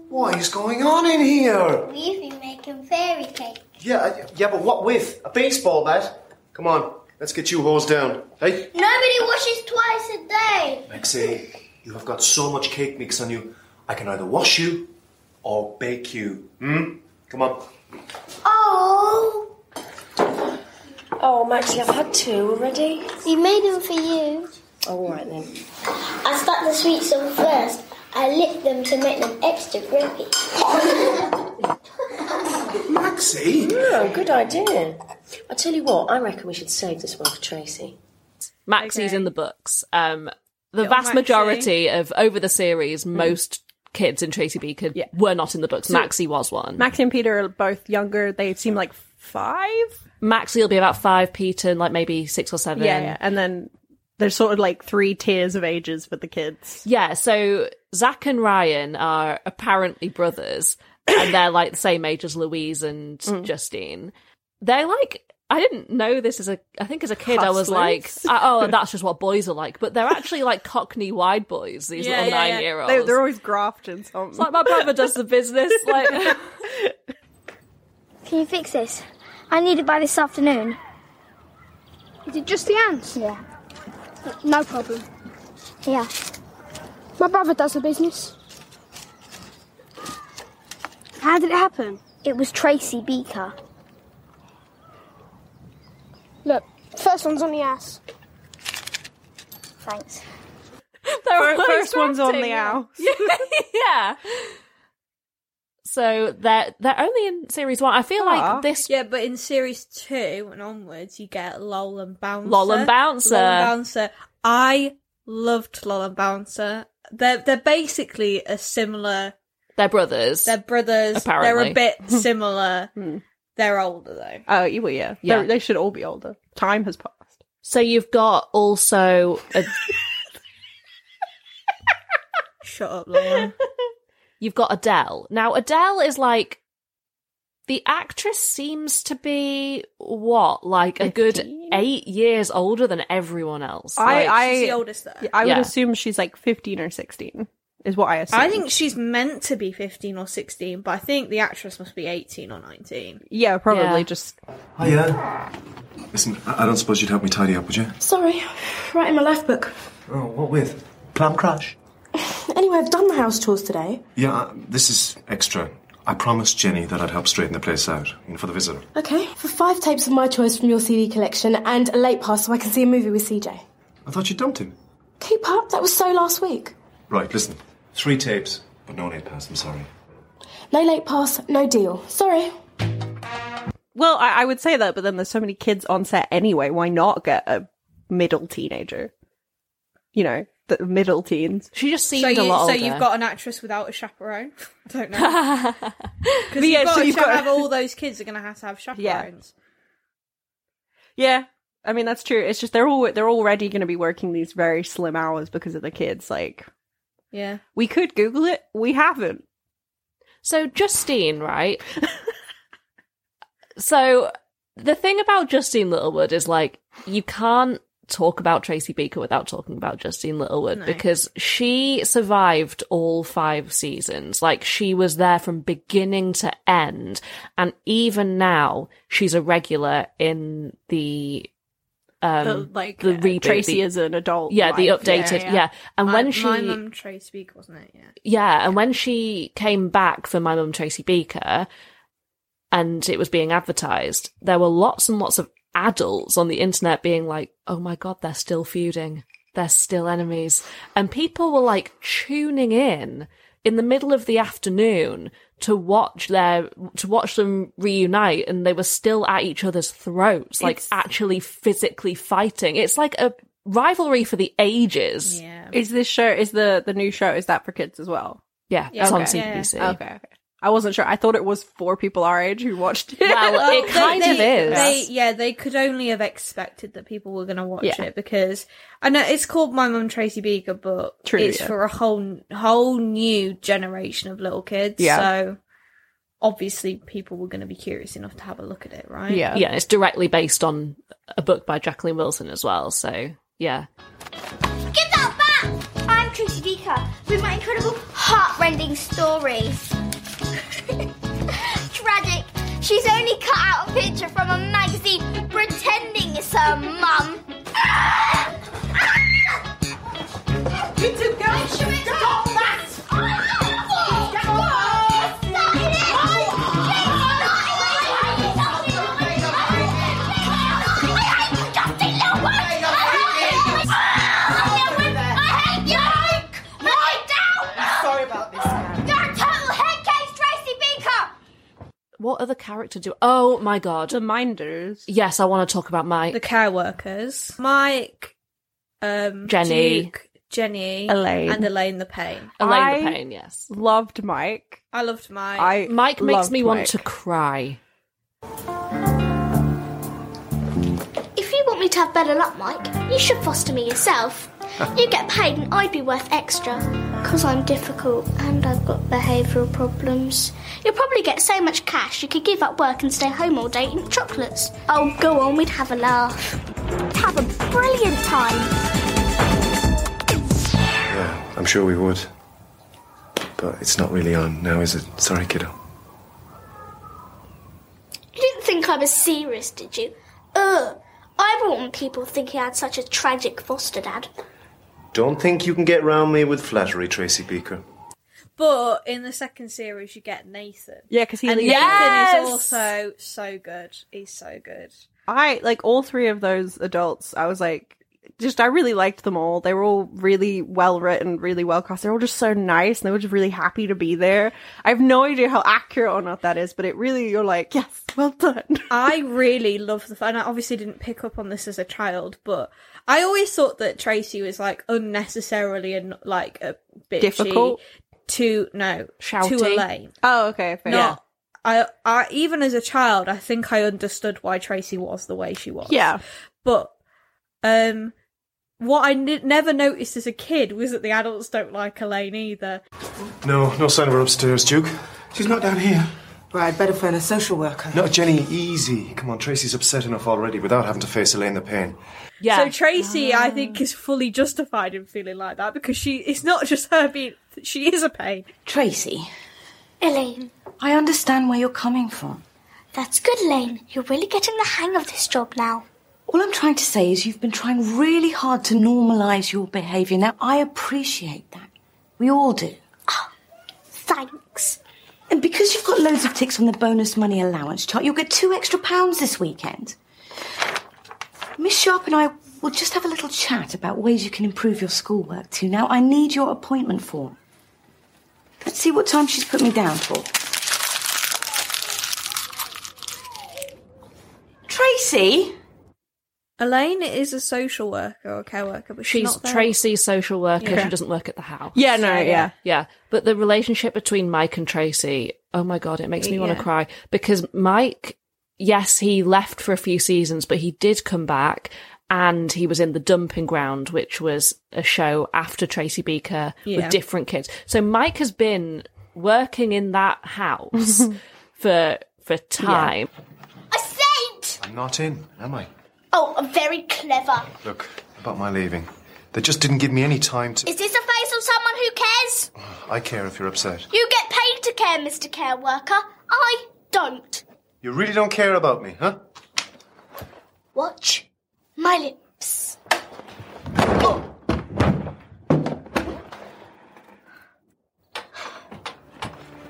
What is going on in here?
We've been making fairy cake.
Yeah, I- yeah, but what with? A baseball bat? Come on, let's get you hosed down. Hey?
Nobody washes twice a day.
Maxie, you have got so much cake mix on you. I can either wash you or bake you. Hmm? Come on.
Oh,
Oh, Maxie, I've had two already.
we made them for you.
Oh, all right then.
I stuck the sweets on first. I licked them to make them extra grippy.
Maxie?
Oh, good idea. I tell you what, I reckon we should save this one for Tracy.
Maxie's in the books. Um, the
Little
vast
Maxie.
majority of over the series,
Hmm.
most kids in Tracy Beaker were not in the books. Maxie was one.
Max and Peter are both younger. They seem like five.
Maxie will be about five. Peter, like maybe six or seven.
And then there's sort of like three tiers of ages with the kids.
Yeah, so Zach and Ryan are apparently brothers, and they're like the same age as Louise and
Mm.
Justine. They're like, I didn't know this as a, I think as a kid, I was like,
Hustlers.
oh, that's just what boys are like. But they're actually like Cockney wide boys, these
Yeah,
little
yeah, yeah.
nine year olds.
They, they're always grafted. Something.
It's like my brother does the business. Like,
Can you fix this? I need it by this afternoon. Is it just the ants? Yeah. No problem. Yeah. My brother does the business. How did it happen? It was Tracy Beaker. Look, first one's on the ass. Thanks.
They're all
first one's on the
interacting.
owl.
yeah. So they're they're only in series one. I feel like this
Yeah, but in series two and onwards, you get Lol and Bouncer.
Lol and Bouncer.
Lol and Bouncer. I loved Lol and Bouncer. They're they're basically a similar.
they're brothers.
They're brothers. They're
Apparently.
a bit similar. They're older though.
Oh, you- well, yeah.
Yeah.
yeah. They should all be older. Time has passed.
so you've got also a,
Shut up, Laura.
you've got Adele. Now Adele is like the actress seems to be what like a good eight years older than everyone else.
I,
Like,
I,
She's the oldest though.
I
Yeah.
would assume she's like 15 or 16, is what I assume.
I think she's meant to be 15 or 16, but I think the actress must be 18 or 19.
Yeah, probably
Yeah.
just.
Hiya. Listen, I I don't suppose you'd help me tidy up, would you?
Sorry, writing my life book.
Oh, what with? Clam crash.
Anyway, I've done the house chores today.
Yeah, uh, this is extra. I promised Jenny that I'd help straighten the place out, and for the visitor.
Okay, for five tapes of my choice from your CD collection and a late pass so I can see a movie with CJ.
I thought you dumped him.
Keep up, that was so last week.
Right, listen. Three tapes, but no late pass, I'm sorry.
No late pass, no deal. Sorry.
Well, I, I would say that, but then there's so many kids on set anyway. Why not get a middle teenager? You know, the middle teens.
she just seemed
So, you,
a lot
so
older.
you've got an actress without a chaperone? I don't know. Because
yeah,
you've, got
so
to
you've
cha-
got-
have all those kids are going to have to have chaperones.
Yeah. I mean that's true. It's just they're all they're already going to be working these very slim hours because of the kids. Like
Yeah.
we could Google it, we haven't.
So Justine, right? so the thing about Justine Littlewood is like you can't talk about Tracy Beaker without talking about Justine Littlewood because she survived all five seasons. Like she was there from beginning to end, and even now she's a regular in the um
The, like,
the
uh,
reboot.
Tracy
the-
is an adult.
yeah, the
life.
updated.
yeah.
Yeah, and when
I-
she
My mum Trace Speak, wasn't it? Yeah.
yeah, and when she came back for My Mum Tracy Beaker and it was being advertised, there were lots and lots of adults on the internet being like, oh my God, they're still feuding. They're still enemies. And people were like tuning in in the middle of the afternoon to watch their to watch them reunite and they were still at each other's throats like
It's-
actually physically fighting it's like a rivalry for the ages yeah,
Yeah.
Is this show is the the new show is that for kids as well?
it's on
okay.
Yeah.
cbc
Okay. okay. I wasn't sure. I thought it was for people our age who watched it.
Well, it
They-
kind
Oh, they,
of is.
They, yeah, they could only have expected that people were going to watch
Yeah.
it because I know it's called My Mum Tracy Beaker, but
True,
it's
yeah.
for a whole whole new generation of little kids.
Yeah.
So obviously, people were going to be curious enough to have a look at it, right?
yeah.
yeah, it's directly based on a book by Jacqueline Wilson as well. So yeah,
Get that back! I'm Tracy Beaker with my incredible heartrending stories. Tragic. She's only cut out a picture from a magazine pretending it's her mum. You two guys should stop that!
Sorry about this, man.
what other character do? Oh my god!
The Minders.
Yes, I want to talk about my
The care workers, Mike, um,
Jenny.
Duke, Jenny,
Elaine.
and Elaine the Pain.
Elaine
I-
the Pain. Yes,
Loved Mike.
I loved Mike.
I
Mike makes
loved
me want
Mike.
to cry.
If you want me to have better luck, Mike, you should foster me yourself. You get paid and I'd be worth extra. Because I'm difficult and I've got behavioural problems. You'll probably get so much cash you could give up work and stay home all day eating chocolates. Oh, go on, we'd have a laugh. Have a brilliant time.
Yeah, I'm sure we would. But it's not really on now, is it? Sorry, kiddo.
You didn't think I was serious, did you? Ugh. I wouldn't want people thinking I had such a tragic foster dad.
Don't think you can get round me with flattery, Tracy Beaker.
But in the second series, you get Nathan.
Yeah, 'cause he
and
leaves.
Nathan
Yes!
is also so good. He's so good.
I like all three of those adults. I was like, just I really liked them all. They were all really well written, really well cast. They're all just so nice, and they were just really happy to be there. I have no idea how accurate or not that is, but it really you're like, yes, well done.
I really love the and I obviously didn't pick up on this as a child, but I always thought that Tracy was like unnecessarily and like a bitchy
Difficult?
to no to
Shouty?
Elaine.
Oh, okay, fair.
Not I, I even as a child, I think I understood why Tracy was the way she was.
Yeah.
but um, what I n- never noticed as a kid was that the adults don't like Elaine either.
No, no sign of her upstairs, Duke.
She's not down here.
Right, better phone a social worker.
No, Jenny, easy. Come on, Tracy's upset enough already without having to face Elaine the pain.
So Tracy, I
Ah.
think, is fully justified in feeling like that because she it's not just her being she is a pain.
Tracy,
Elaine.
I understand where you're coming from.
That's good, Elaine. You're really getting the hang of this job now.
All I'm trying to say is you've been trying really hard to normalize your behavior. Now, I appreciate that. We all do.
Thanks.
And because you've got loads of ticks on the bonus money allowance chart, you'll get two extra pounds this weekend. Miss Sharp and I will just have a little chat about ways you can improve your schoolwork too. Now, I need your appointment form. Let's see what time she's put me down for. Tracy?
Elaine is a social worker or care worker, but she's,
She's
not there.
Tracy's social worker.
Yeah.
She doesn't work at the house.
Yeah, no, yeah.
Yeah. But the relationship between Mike and Tracy, oh my God, it makes me want
Yeah.
to cry because Mike, yes, he left for a few seasons, but he did come back and he was in The Dumping Ground, which was a show after Tracy Beaker
Yeah.
with different kids. So Mike has been working in that house for, for time.
A saint!
I'm not in, am I?
Oh, I'm very clever.
Look, about my leaving. They just didn't give me any time to.
Is this a face of someone who cares?
I care if you're upset.
You get paid to care, Mr. Care Worker. I don't.
You really don't care about me, huh?
Watch my lips.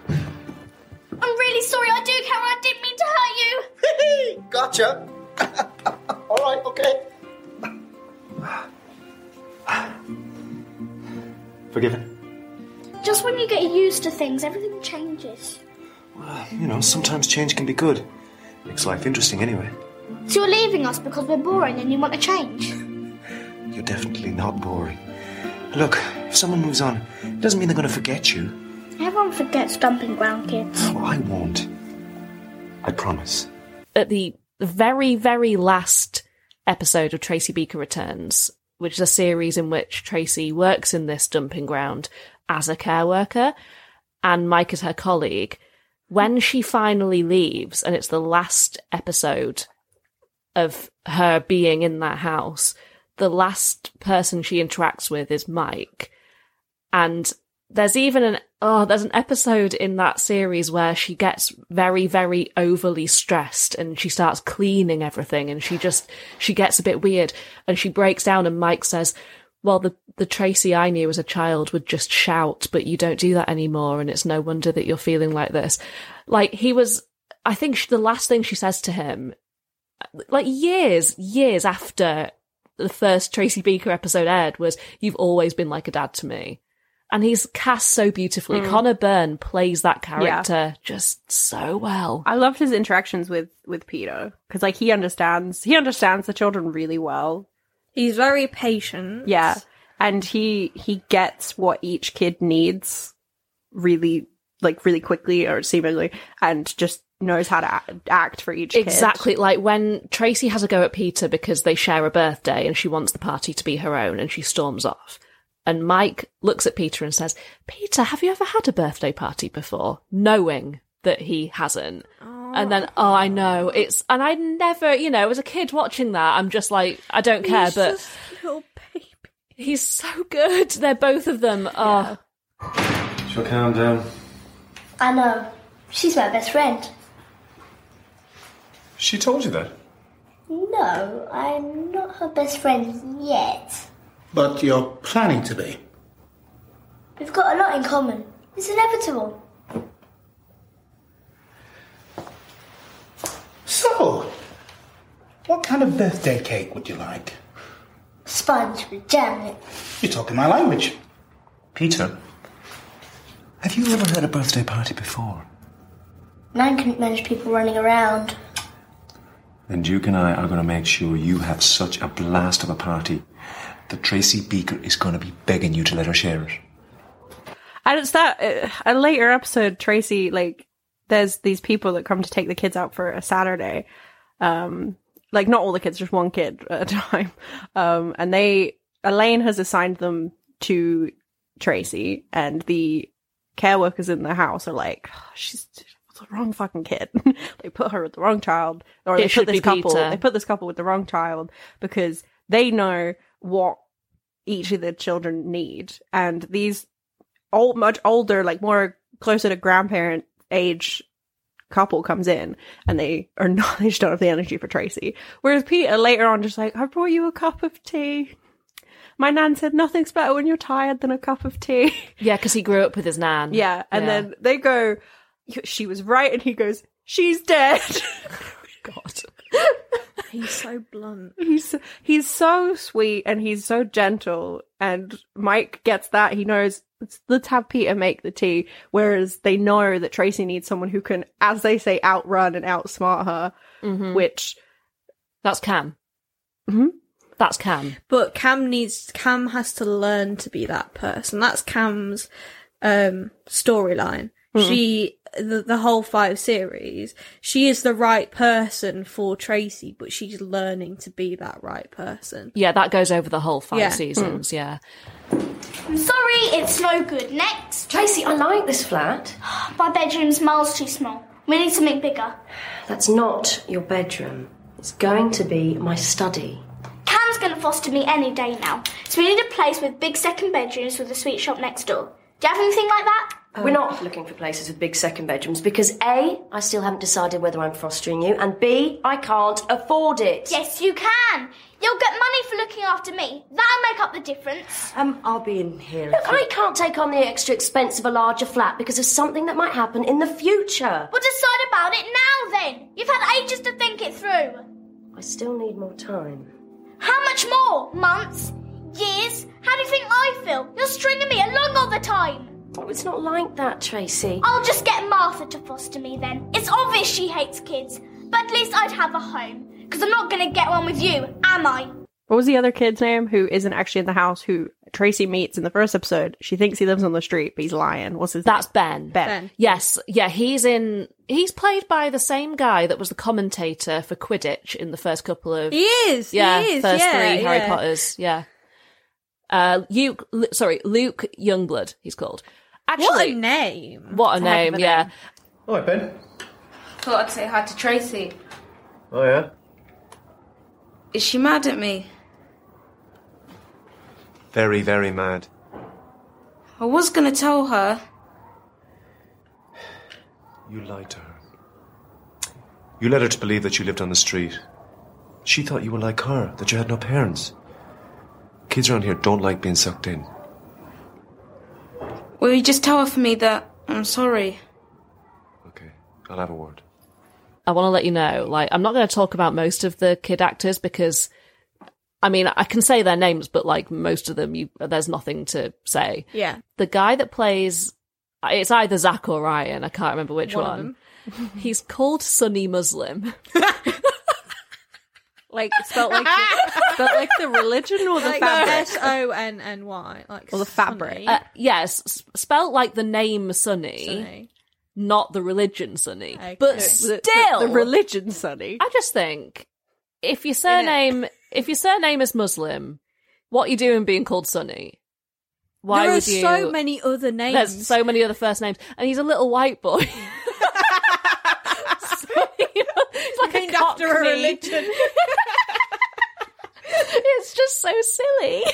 Oh. I'm really sorry, I do care, I didn't mean to hurt you.
Gotcha. All right, okay.
Forgiven.
Just when you get used to things, everything changes.
You know, sometimes change can be good. Makes life interesting anyway.
So you're leaving us because we're boring and you want to change?
You're definitely not boring. Look, if someone moves on, it doesn't mean they're going to forget you.
Everyone forgets dumping ground kids.
Oh, I won't. I promise.
at the very, very last episode of Tracy Beaker Returns, which is a series in which Tracy works in this dumping ground as a care worker, and Mike is her colleague. When she finally leaves, and it's the last episode of her being in that house, the last person she interacts with is Mike. And there's even an oh, there's an episode in that series where she gets very, very overly stressed and she starts cleaning everything and she just she gets a bit weird and she breaks down and Mike says, Well, the the Tracy I knew as a child would just shout, but you don't do that anymore, and it's no wonder that you're feeling like this. Like he was I think she, the last thing she says to him like years, years after the first Tracy Beaker episode aired was, You've always been like a dad to me. And he's cast so beautifully.
Mm.
Connor Byrne plays that character just so well.
I loved his interactions with with Peter because like he understands he understands the children really well.
He's very patient.
Yeah, and he he gets what each kid needs really like really quickly or seemingly, and just knows how to a- act for each kid.
Exactly. Like when Tracy has a go at Peter because they share a birthday and she wants the party to be her own and she storms off. And Mike looks at Peter and says, Peter, have you ever had a birthday party before? Knowing that he hasn't. And then, oh, I know. It's, and I never, you know, as a kid watching that, I'm just like, I don't care,
He's
but
just a little baby.
he's so good. They're both of them. Oh,
She'll calm down.
I know. She's my best friend.
She told you that?
No, I'm not her best friend yet.
but you're planning to be.
We've got a lot in common. It's inevitable.
So, what kind of birthday cake would you like?
Sponge with jam in it.
You're talking my language.
Peter, have you ever had a birthday party before?
Nan couldn't manage people running around.
And Duke and I are going to make sure you have such a blast of a party that Tracy Beaker is going to be begging you to let her share it.
And it's that uh, a later episode, Tracy, like, there's these people that come to take the kids out for a Saturday. Um, like, not all the kids, just one kid at a time. Um, and they, Elaine has assigned them to Tracy, and the care workers in the house are like, "Oh, she's the wrong fucking kid. they put her with the wrong child, or
It
they
should
put
be
this couple,
Peter.
they put this couple with the wrong child because they know what each of the children need, and these old, much older, like more closer to grandparent age couple comes in and they are not they just don't have the energy for Tracy. Whereas Peter later on just like, I brought you a cup of tea. My nan said nothing's better when you're tired than a cup of tea.
Yeah, because he grew up with his nan.
Yeah, and
Yeah.
then they go, she was right, and he goes, she's dead.
He's so blunt.
he's he's so sweet and he's so gentle, and Mike gets that. He knows "Let's- let's have Peter make the tea, whereas they know that Tracy needs someone who can, as they say, outrun and outsmart her,
Mhm.
which
that's Cam.
Mm-hmm.
That's Cam.
But Cam needs Cam has to learn to be that person. That's Cam's um storyline.
Mm.
She the, the whole five series, she is the right person for Tracy, but she's learning to be that right person.
Yeah, that goes over the whole five
Yeah.
seasons. Yeah.
I'm sorry, it's no good. Next.
Tracy, I like this flat.
My bedroom's miles too small. We need something bigger.
That's not your bedroom. It's going to be my study.
Cam's gonna foster me any day now. So we need a place with big second bedrooms with a sweet shop next door. Do you have anything like that?
We're not looking for places with big second bedrooms because A, I still haven't decided whether I'm fostering you, and B, I can't afford it.
Yes, you can. You'll get money for looking after me. That'll make up the difference.
Um, I'll be in here. Look, I can't take on the extra expense of a larger flat because of something that might happen in the future.
We'll decide about it now then. You've had ages to think it through.
I still need more time.
How much more? Months? Years? How do you think I feel? You're stringing me along all the time.
Oh, it's not like that, Tracy.
I'll just get Martha to foster me then. It's obvious she hates kids, but at least I'd have a home. Because I'm not going to get one with you, am I?
What was the other kid's name who isn't actually in the house who Tracy meets in the first episode? She thinks he lives on the street, but he's lying. What's his
That's Ben.
Ben.
Yes. Yeah, he's in. He's played by the same guy that was the commentator for Quidditch in the first couple of.
He is, he
Yeah,
is,
first
yeah,
three Harry
yeah.
Potters. Yeah. Uh, Luke. Lu- sorry, Luke Youngblood. He's called. Actually,
what a name.
What a
Heck of
name. yeah.
All right, Ben.
Thought I'd say hi to Tracy.
Oh, yeah?
Is she mad at me?
Very, very mad.
I was gonna tell her.
You lied to her. You led her to believe that you lived on the street. She thought you were like her, that you had no parents. Kids around here don't like being sucked in.
Will you just tell her for me that I'm sorry?
I'll have a word.
I want to let you know, like, I'm not going to talk about most of the kid actors because, I mean, I can say their names, but like most of them, you there's nothing to say.
Yeah.
The guy that plays, it's either Zach or Ryan. I can't remember which
One
one.
of them.
He's called Sunny Muslim.
like spelt like spelt like the religion or the
Like
fabric.
S O N N Y. Like
Or the fabric.
Uh, yes, s- spelt like the name Sunny,
Sunny.
not the religion Sunny.
Okay.
But
The-
still,
the, the religion, Sonny.
I just think if your surname if your surname is Muslim, what are you doing being called Sunny? Why
there are
would you?
so many other names.
There's so many other first names, and he's a little white boy. So, you know, it's like
Named
a
after a
cockney.
religion.
it's just so silly.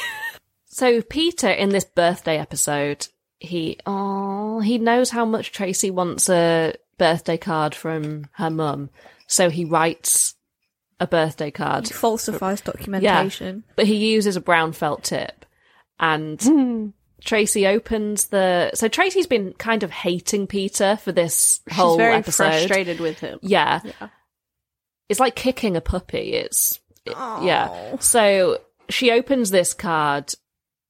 So Peter in this birthday episode, he oh he knows how much Tracy wants a birthday card from her mum, so he writes a birthday card.
He falsifies documentation.
Yeah, but he uses a brown felt tip. and Tracy opens the. So Tracy's been kind of hating Peter for this whole
She's very
episode.
frustrated with him.
Yeah. It's like kicking a puppy. It's it- yeah. So she opens this card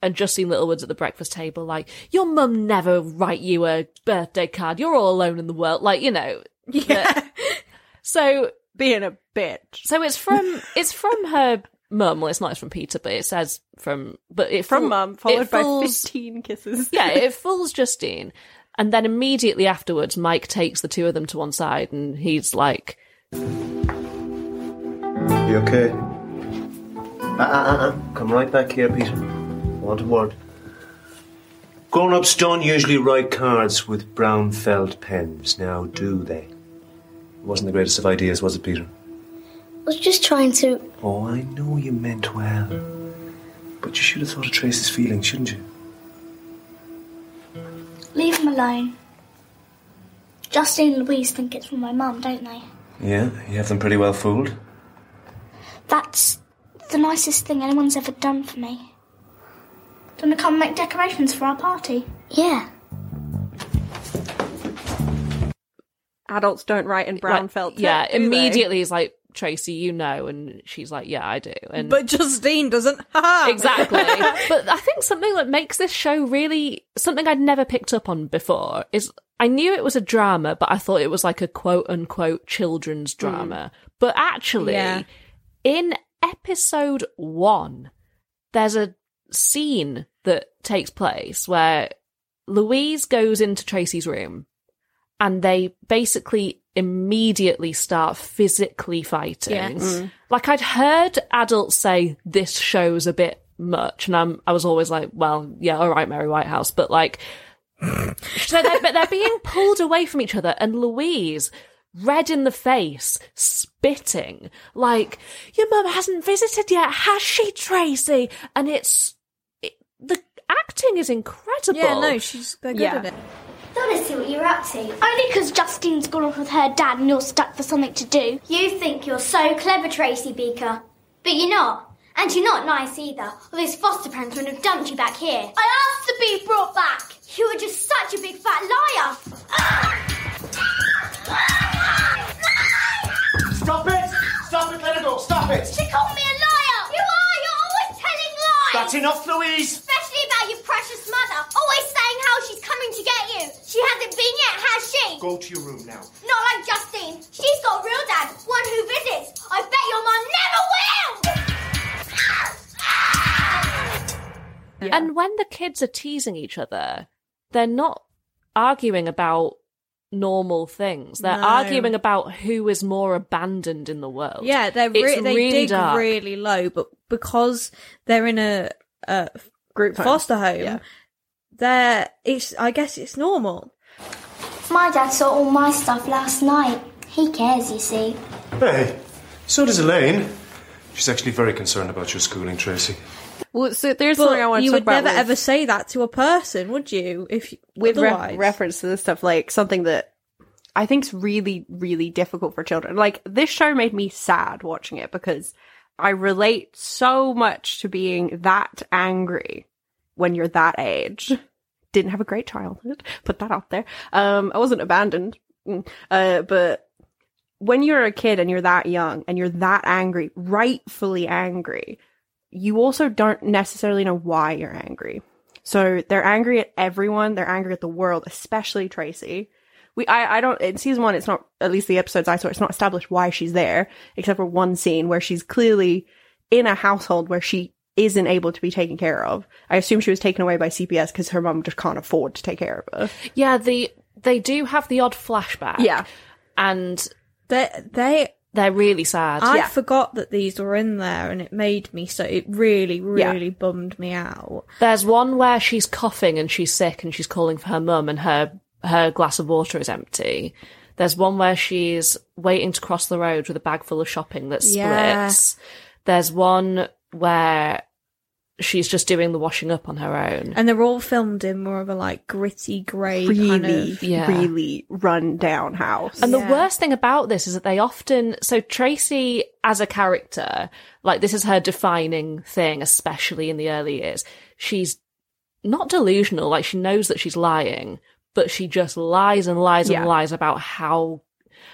and Justine Littlewood's at the breakfast table like, Your mum never write you a birthday card. You're all alone in the world. Like, you know. Yeah. so
being a bitch.
So it's from it's from her mum. Well it's not it's from Peter, but it says from but it
From
fool-
mum,
it
followed by
fools-
15 kisses.
yeah, it fools Justine. And then immediately afterwards, Mike takes the two of them to one side and he's like,
You okay? Ah, ah, ah, ah. Come right back here, Peter. I want a word. Grown ups don't usually write cards with brown felt pens, now do they?
It wasn't the greatest of ideas, was it, Peter?
I was just trying to.
Oh, I know you meant well. But you should have thought of Tracy's feelings, shouldn't you?
Leave him alone. Justine and Louise think it's from my mum, don't they?
Yeah, you have them pretty well fooled.
That's the nicest thing anyone's ever done for me. Gonna come make decorations for our party? Yeah.
Adults don't write in brown
like,
felt.
Yeah,
tip, do they?
immediately he's like, Tracy, you know. And she's like, yeah, I do. And
But Justine doesn't. Ha!
exactly. but I think something that makes this show really something I'd never picked up on before is I knew it was a drama, but I thought it was like a quote unquote children's drama. But actually,
Yeah.
in episode one, there's a scene that takes place where Louise goes into Tracy's room and they basically immediately start physically fighting.
Yeah. Mm.
Like I'd heard adults say this show's a bit much, and I'm I was always like, well, yeah, all right, Mary Whitehouse, but like, so they're, but they're being pulled away from each other, and Louise. Red in the face, spitting, like, your mum hasn't visited yet, has she, Tracy? And it's, it, the acting is incredible.
Yeah, no, she's they're good
Yeah.
at it.
Gotta see what you're up to. Only because Justine's gone off with her dad and you're stuck for something to do. You think you're so clever, Tracy Beaker. But you're not. And you're not nice either. All these foster parents would have dumped you back here.
I asked to be brought back. Ah! You were just such a big fat liar.
Stop it! Stop it, let her go! Stop it!
She called me a liar. You are. You're always telling lies.
That's enough, Louise!
Especially about your precious mother. Always saying how she's coming to get you. She hasn't been yet, has she?
Go to your room now.
Not like Justine. She's got a real dad, one who visits. I bet your mum never will.
And when the kids are teasing each other, they're not arguing about normal things. They're
No.
arguing about who is more abandoned in the world.
Yeah, they're
It's
re- they dig
dark.
really low, but because they're in a, a group
home.
foster home, they're it's I guess it's normal.
My dad saw all my stuff last night. He cares, you see.
Hey, so does Elaine. She's actually very concerned about your schooling, Tracy.
Well, so there's
But
something I want to
you
talk
would
about.
never
with-
ever say that to a person, would you? If you,
with re-
otherwise.
reference to this stuff, like something that I think's really, really difficult for children. Like this show made me sad watching it because I relate so much to being that angry when you're that age. Didn't have a great childhood. Put that out there. Um, I wasn't abandoned, Mm. uh, but when you're a kid and you're that young and you're that angry, rightfully angry, you also don't necessarily know why you're angry. So they're angry at everyone. They're angry at the world, especially Tracy. We, I, I don't, in season one, it's not, at least the episodes I saw, it's not established why she's there, except for one scene where she's clearly in a household where she isn't able to be taken care of. I assume she was taken away by CPS because her mom just can't afford to take care of her.
Yeah, the they do have the odd flashback.
Yeah.
And
they they
they're really sad.
I forgot that these were in there, and it made me so it really
Yeah.
really bummed me out.
There's one where she's coughing and she's sick and she's calling for her mum and her her glass of water is empty. There's one where she's waiting to cross the road with a bag full of shopping that splits.
Yeah.
There's one where she's just doing the washing up on her own.
And they're all filmed in more of a like gritty grey kind
Really,
of
yeah.
really run down house.
And the worst thing about this is that they often so Tracy as a character, like this is her defining thing, especially in the early years. she's not delusional, like she knows that she's lying, but she just lies and lies
Yeah.
and lies about how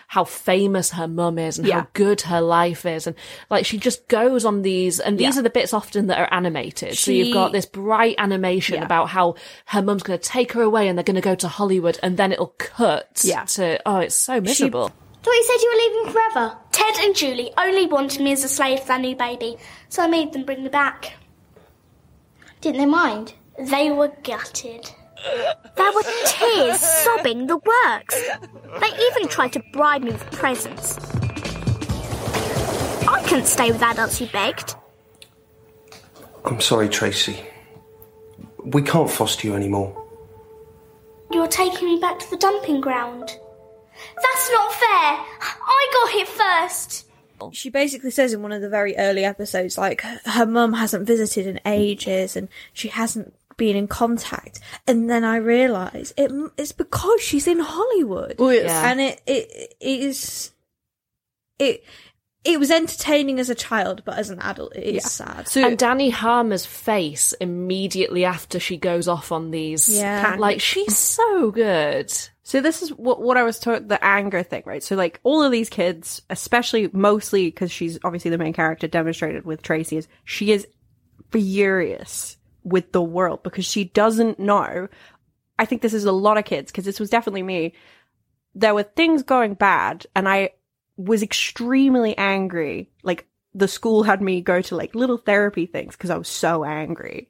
how famous her mum is and
Yeah.
how good her life is and like she just goes on these and these
Yeah.
are the bits often that are animated so you've
She-
got this bright animation about how her mum's going to take her away and they're going to go to hollywood and then it'll cut
Yeah.
to oh it's so miserable
Thought you said you were leaving forever. Ted and Julie only wanted me as a slave for their new baby, so I made them bring me back. Didn't they mind? They were gutted. There were tears, sobbing, the works. They even tried to bribe me with presents. I couldn't stay with adults who begged.
I'm sorry, Tracy. We can't foster you anymore.
You're taking me back to the dumping ground. That's not fair. I got here first.
She basically says in one of the very early episodes, like, her her mum hasn't visited in ages and she hasn't been in contact. And then I realise it, it's because she's in Hollywood.
Oh, yes. Yeah.
And it, it, it is. It. It was entertaining as a child, but as an adult, it is sad.
and Danny Harmer's face immediately after she goes off on these.
Yeah.
Like, she's so good.
So this is what what I was taught the anger thing, right? So like all of these kids, especially mostly because she's obviously the main character demonstrated with Tracy is she is furious with the world because she doesn't know. I think this is a lot of kids because this was definitely me. There were things going bad and I was extremely angry. Like the school had me go to like little therapy things because I was so angry.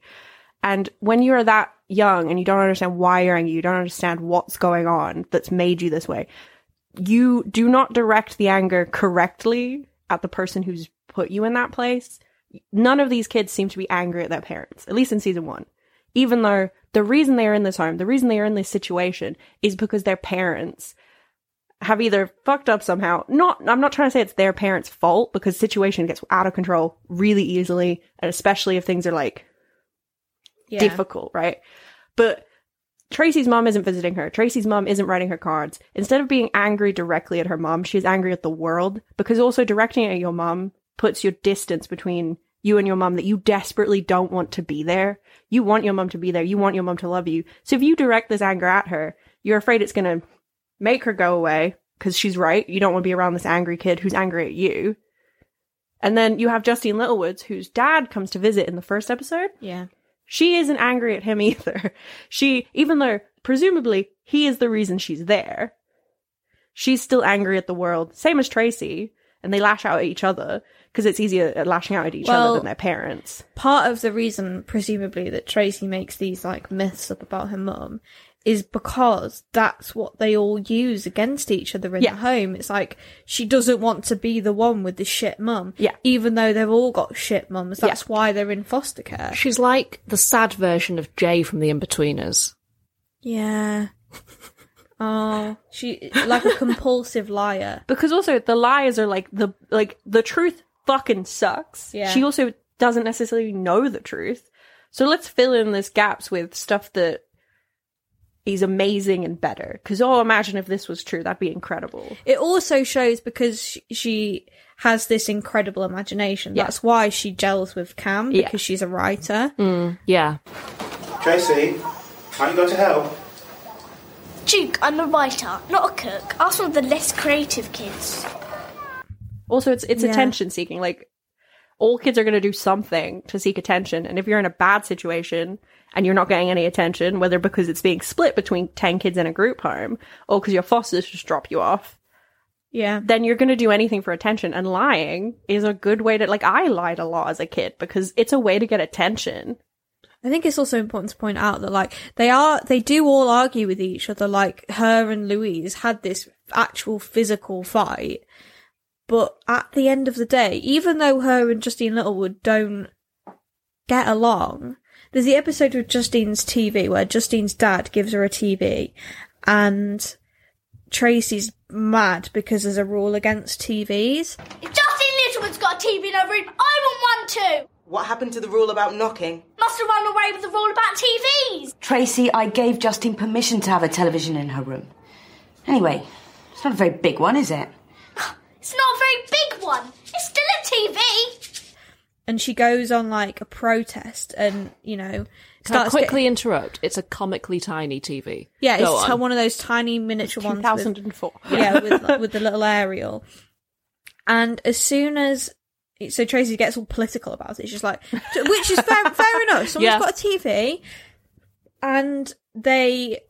And when you're that young and you don't understand why you're angry, you don't understand what's going on that's made you this way, you do not direct the anger correctly at the person who's put you in that place. None of these kids seem to be angry at their parents, at least in season one. Even though the reason they are in this home, the reason they are in this situation is because their parents have either fucked up somehow. Not, I'm not trying to say it's their parents' fault because situation gets out of control really easily, and especially if things are like
Yeah.
difficult, right? But Tracy's mom isn't visiting her. Tracy's mom isn't writing her cards. Instead of being angry directly at her mom, she's angry at the world because also directing it at your mom puts your distance between you and your mom that you desperately don't want to be there. You want your mom to be there. You want your mom to love you. So if you direct this anger at her, you're afraid it's going to make her go away because she's right. You don't want to be around this angry kid who's angry at you. And then you have Justine Littlewoods, whose dad comes to visit in the first episode.
Yeah.
She isn't angry at him either. She, even though presumably he is the reason she's there, she's still angry at the world, same as Tracy, and they lash out at each other because it's easier at lashing out at each
Well-
other than their parents.
part of the reason, presumably, that Tracy makes these like myths up about her mum is because that's what they all use against each other in the home. It's like she doesn't want to be the one with the shit mum. Yeah. Even though they've all got shit mums. That's why they're in foster care.
She's like the sad version of Jay from The Inbetweeners.
Yeah. Oh, she like a compulsive liar.
Because also the lies are like the like the truth fucking sucks.
Yeah.
She also doesn't necessarily know the truth. So let's fill in these gaps with stuff that is amazing and better. Because oh, imagine if this was true, that'd be incredible.
It also shows because she, she has this incredible imagination.
Yeah.
That's why she gels with Cam
Yeah.
because she's a writer.
yeah.
Tracy, can't you go to help?
Duke, I'm a writer, not a cook. Ask one of the less creative kids.
Also, it's it's
Yeah.
attention seeking. Like all kids are going to do something to seek attention, and if you're in a bad situation and you're not getting any attention, whether because it's being split between ten kids in a group home or because your fosters just drop you off,
yeah,
then you're going to do anything for attention. And lying is a good way to like I lied a lot as a kid because it's a way to get attention.
I think it's also important to point out that like they are they do all argue with each other like her and Louise had this actual physical fight but at the end of the day even though her and Justine Littlewood don't get along there's the episode with Justine's TV where Justine's dad gives her a TV and Tracy's mad because there's a rule against TVs
If Justin Littlewood's got a TV in her room, I want one too.
What happened to the rule about knocking?
Must have run away with the rule about TVs.
Tracy, I gave Justine permission to have a television in her room. Anyway, it's not a very big one, is it?
It's not a very big one. It's still a TV.
and she goes on like a protest and you know
Can I
starts get-
quickly interrupt? It's a comically tiny TV.
yeah,
Go
it's
on.
t- one of those tiny miniature ones. with-
2004.
yeah, with, like, with the little aerial. And as soon as so Tracy gets all political about it, she's like, which is fair, fair enough. Someone's
Yeah.
got a TV, and they,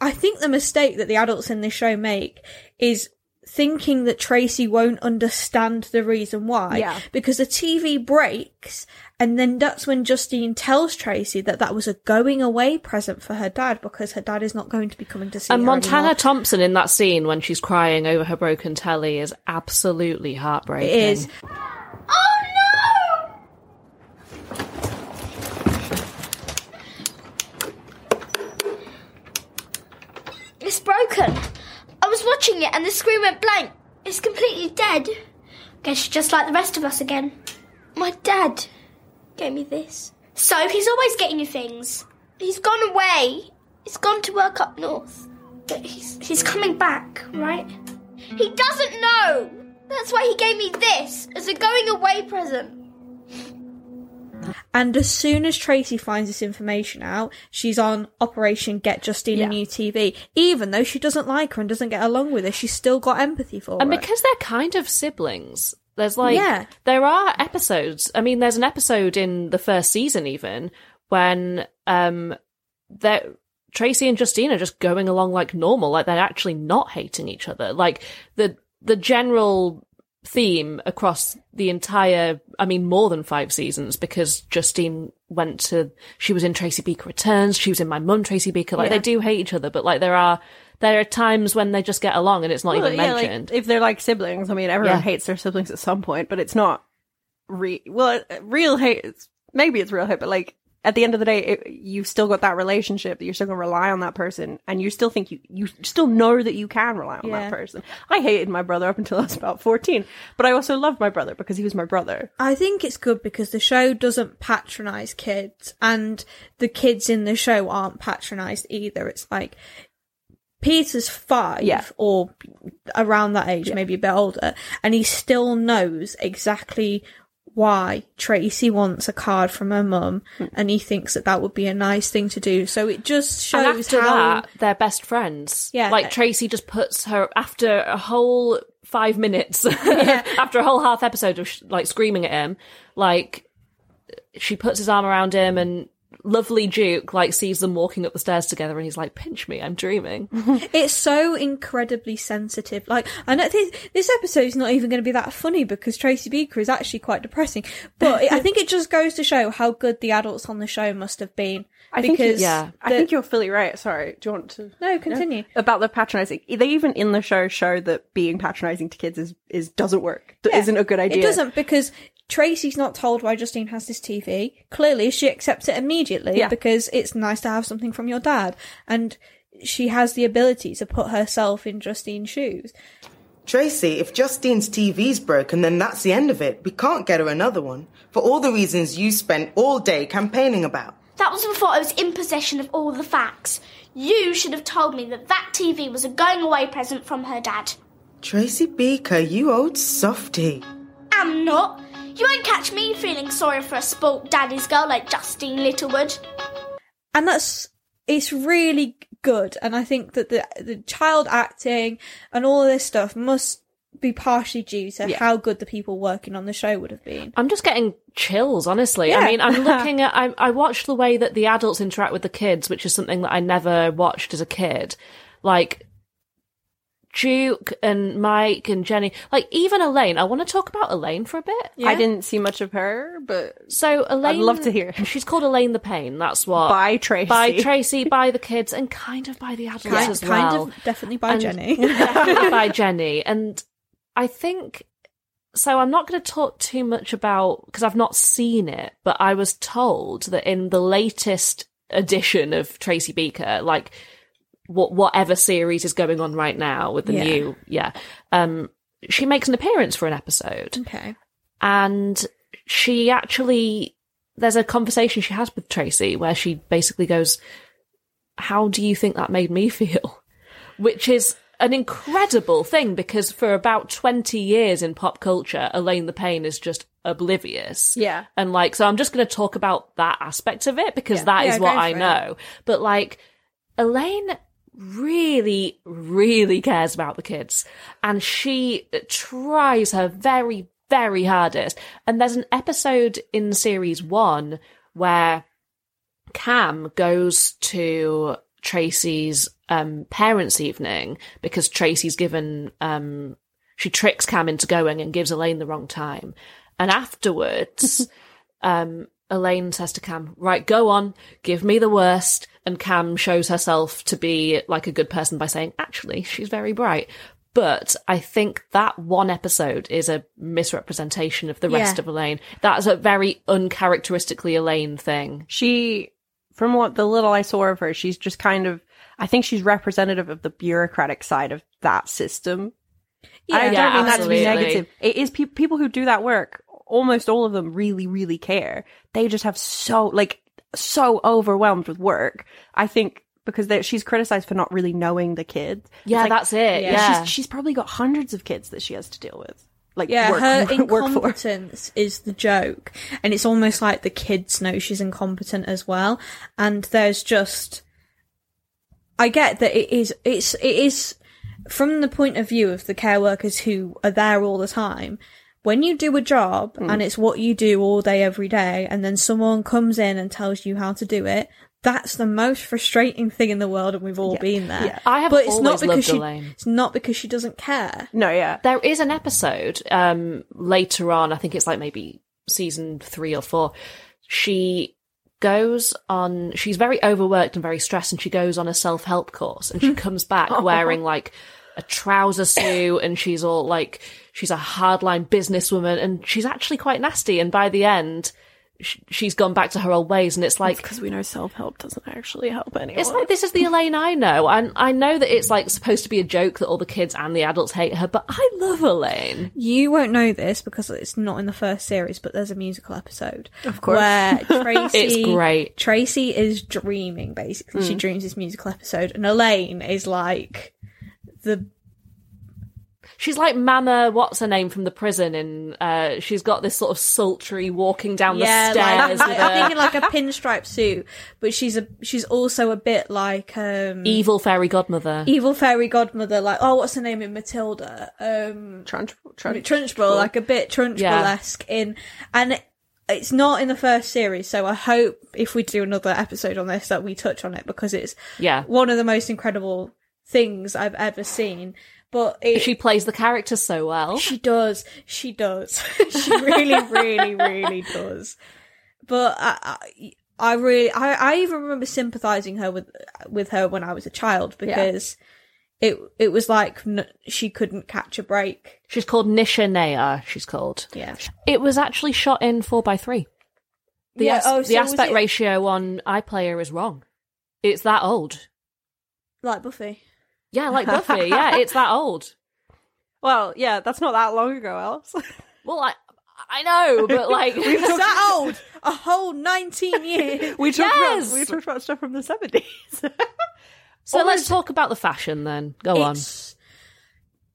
I think the mistake that the adults in this show make is thinking that Tracy won't understand the reason why.
Yeah.
Because the TV breaks, and then that's when Justine tells Tracy that that was a going away present for her dad because her dad is not going to be coming to see
And
her
Montana
anymore.
Thompson in that scene when she's crying over her broken telly is absolutely heartbreaking.
It is.
Oh, It's broken. I was watching it and the screen went blank. It's completely dead. Guess she's just like the rest of us again. My dad gave me this. So he's always getting you things. He's gone away. He's gone to work up north. But he's he's coming back, right? He doesn't know. That's why he gave me this as a going away present.
And as soon as Tracy finds this information out, she's on Operation Get Justine a new TV. Even though she doesn't like her and doesn't get along with her, she's still got empathy for
and
her.
because they're kind of siblings, there's like
Yeah.
there are episodes. I mean, there's an episode in the first season even when um that Tracy and Justine are just going along like normal, like they're actually not hating each other. Like the the general theme across the entire I mean more than five seasons because Justine went to she was in Tracy Beaker Returns, she was in my mum Tracy Beaker. Like
Yeah.
they do hate each other, but like there are there are times when they just get along and it's not
Well,
even
yeah, like,
mentioned.
if they're like siblings, I mean, everyone
Yeah.
hates their siblings at some point, but it's not re well, uh, real hate. It's, maybe it's real hate, but like at the end of the day, it, you've still got that relationship. that You're still going to rely on that person, and you still think you you still know that you can rely on
Yeah.
that person. I hated my brother up until I was about fourteen, but I also loved my brother because he was my brother.
I think it's good because the show doesn't patronize kids and the kids in the show aren't patronized either. It's like Peter's five
Yeah.
or around that age, maybe a bit older, and he still knows exactly why Tracy wants a card from her mum
Hmm.
and he thinks that that would be a nice thing to do. So it just shows
and after
how
that, they're best friends.
Yeah.
like Tracy just puts her after a whole five minutes, after a whole half episode of sh- like screaming at him, like she puts his arm around him, and lovely Duke like sees them walking up the stairs together, and he's like, "Pinch me, I'm dreaming."
it's so incredibly sensitive. Like, I know this, this episode's not even going to be that funny because Tracy Beaker is actually quite depressing, but it, I think it just goes to show how good the adults on the show must have been.
I
because
think you- yeah. I
the-
think you're fully right. Sorry, do you want to?
No, continue.
about the patronizing. They even in the show show that being patronizing to kids is is doesn't work. That
Yeah.
not a good idea.
It doesn't because Tracy's not told why Justine has this TV. Clearly, she accepts it immediately
Yeah.
because it's nice to have something from your dad, and she has the ability to put herself in Justine's shoes.
Tracy, if Justine's TV's broken, then that's the end of it. We can't get her another one. For all the reasons you spent all day campaigning about.
That was before I was in possession of all the facts. You should have told me that that TV was a going away present from her dad.
Tracy Beaker, you old softy.
I'm not. You won't catch me feeling sorry for a spoilt daddy's girl like Justine Littlewood.
and that's it's really good and i think that the the child acting and all of this stuff must be partially due to
Yeah.
how good the people working on the show would have been
I'm just getting chills, honestly.
Yeah.
I mean, I'm looking at, I, I watched the way that the adults interact with the kids, which is something that I never watched as a kid. Like, Duke and Mike and Jenny, like, even Elaine. I want to talk about Elaine for a bit.
I didn't see much of her, but
So Elaine,
I'd love to hear.
She's called Elaine the Pain. That's what
By Tracy.
by Tracy, by the kids, and kind of by the adults
Kind-
as
kind
well.
of definitely by
And
Jenny.
definitely by Jenny, and I think so. I'm not going to talk too much about because I've not seen it, but I was told that in the latest edition of Tracy Beaker, like what whatever series is going on right now with the
Yeah.
new, yeah, um, she makes an appearance for an episode
okay
and she actually there's a conversation she has with Tracy where she basically goes, "How do you think that made me feel?" Which is an incredible thing because for about 20 years in pop culture, Elaine the Pain is just oblivious.
Yeah.
And like, so I'm just going to talk about that aspect of it because
Yeah.
that is
Yeah,
what
go
I
for it.
know. But like, Elaine really, really cares about the kids and she tries her very, very hardest. And there's an episode in series one where Cam goes to Tracy's um, parents' evening because Tracy's given um, she tricks Cam into going and gives Elaine the wrong time, and afterwards, um, Elaine says to Cam, "Right, go on, give me the worst." And Cam shows herself to be like a good person by saying, "Actually, she's very bright." But I think that one episode is a misrepresentation of the rest
Yeah.
of Elaine. That's a very uncharacteristically Elaine thing.
She, from what the little I saw of her, she's just kind of. I think she's representative of the bureaucratic side of that system. I
Yeah,
don't
yeah,
mean that to
absolutely.
be negative. It is pe- people who do that work. Almost all of them really, really care. They just have so like so overwhelmed with work. I think because they, she's criticized for not really knowing the kids. It's
Yeah,
like-
that's it. Yeah.
she's, she's probably got hundreds of kids that she has to deal with. Like
yeah,
work,
her
work for.
incompetence is the joke, and it's almost like the kids know she's incompetent as well. And there's just, I get that it is, it's, it is from the point of view of the care workers who are there all the time. When you do a job
Hmm.
Mm.
and it's what you do all day every day, and then someone comes in and tells you how to do it. That's the most frustrating thing in the world, and we've all been there.
Yeah. I have
but it's not
always loved
because she,
Elaine.
it's not because she doesn't care.
No, yeah.
There is an episode um, later on, I think it's like maybe season three or four. She goes on, she's very overworked and very stressed, and she goes on a self help course and she comes back
Oh.
wearing like a trouser suit and she's all like, she's a hardline businesswoman and she's actually quite nasty. And by the end, sh- she's gone back to her old ways and it's like
because we know self-help doesn't actually help anyone
it's like this is the Elaine I know, and I know that it's like supposed to be a joke that all the kids and the adults hate her, but I love Elaine.
You won't know this because it's not in the first series, but there's a musical episode. Of
course.
Where Tracy
It's great.
Tracy is dreaming basically. She
Mm.
dreams this musical episode and Elaine is like the
She's like Mama, what's her name from the prison, and uh, she's got this sort of sultry walking down
yeah,
the stairs.
Like,
with
I'm
a
thinking like a pinstripe suit, but she's a she's also a bit like um
evil fairy godmother.
evil fairy godmother, like oh, what's her name in Matilda? Um,
Trunch,
Trunchbull, like a bit Trunchbull-esque in, and it's not in the first series. So I hope if we do another episode on this that we touch on it because it's
Yeah.
one of the most incredible things I've ever seen. But it,
she plays the character so well.
She does. She does. she really, really, really does. But I, I, I really, I, I even remember sympathizing her with with her when I was a child
Yeah.
because it it was like n- she couldn't catch a break.
She's called Nisha Naya. She's called.
Yeah.
It was actually shot in four by three. The,
Yeah,
as-
oh, so
the
was
aspect
it-
ratio on iPlayer is wrong. It's that old.
Like Buffy.
Yeah, like Buffy. yeah, it's that old.
well yeah that's not that long ago else
well i i know but like
We've talked-
that old a whole 19 years
we talked
Yes!
about we talked about stuff from the 70s
So let's talk about the fashion then. Go
It's-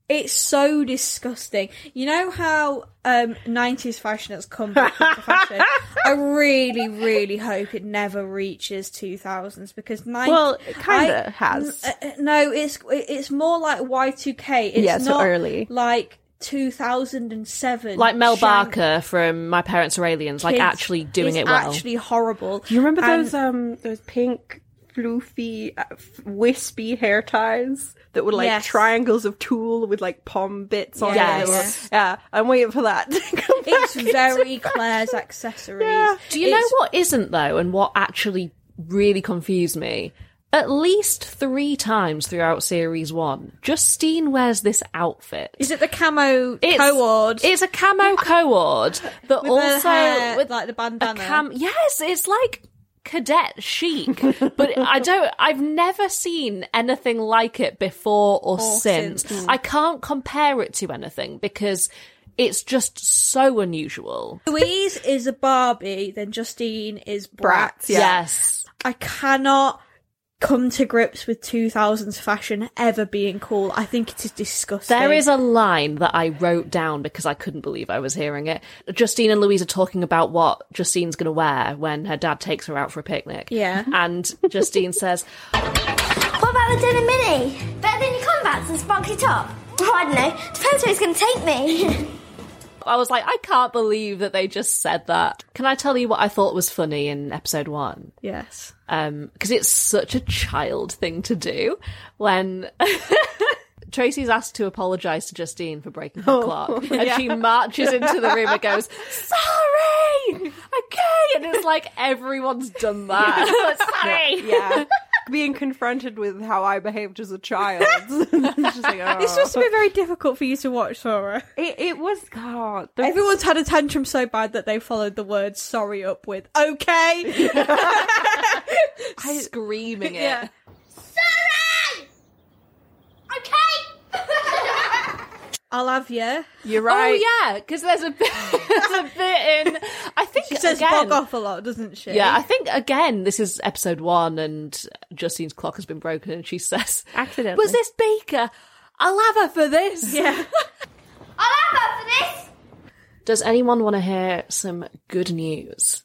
It's so disgusting. You know how um, 90s fashion has come back into fashion? I really, really hope it never reaches 2000s because 90s.
Well, it kinda has.
uh, no, it's it's more like Y2K. It's
Yeah, so
not
early.
like 2007.
on. Like Mel
Shank-
Barker from My Parents Are Aliens, like
kids
actually doing
is
it well.
actually horrible.
you remember
And-
those um those pink floofy uh, f- wispy hair ties that were like
Yes.
triangles of tulle with like pom bits on
Yes.
it They were-
Yes.
yeah i'm waiting for that
It's very Claire's accessories.
Do you know what isn't though, and what actually really confused me? At least three times throughout series one, Justine wears this outfit.
Is it the camo
it's,
cord?
It's a camo cord, but
With the
also
hair,
with
like the
bandana. yes, it's like cadet chic, but I don't. I've never seen anything like it before or,
Or
since.
since, mm.
I can't compare it to anything because it's just so unusual.
Louise is a Barbie, then Justine is Bratz.
Bratz, yeah. Yes.
I cannot come to grips with 2000s fashion ever being cool. I think it is disgusting.
There is a line that I wrote down because I couldn't believe I was hearing it. Justine and Louise are talking about what Justine's going to wear when her dad takes her out for a picnic.
Yeah.
And Justine says,
What about the denim mini? Better than your combats and sparkly top? Oh, I don't know. Depends where he's going to take me.
I was like, I can't believe that they just said that. Can I tell you what I thought was funny in episode one?
Yes.
Um, because it's such a child thing to do when Tracy's asked to apologize to Justine for breaking her
Oh,
clock,
yeah.
and she marches into the room and goes, "Sorry, okay," and it's like everyone's done that. Sorry.
Yeah. Being confronted with how I behaved as a child. It's just like,
This
oh.
must have been very difficult for you to watch, Sora.
It, it was. God. the-
Everyone's had a tantrum so bad that they followed the word sorry up with okay.
Screaming it.
Yeah.
Sorry! Okay!
I'll have you.
You're
Oh yeah, because there's a bit, there's a bit in. I think
She says
again-
bog off a lot, doesn't she?
Yeah, I think again, this is episode one, and Justine's clock has been broken, and she says,
"Accidentally
was this Baker? I'll have her for this."
Yeah.
I'll have her for this!
Does anyone want to hear some good news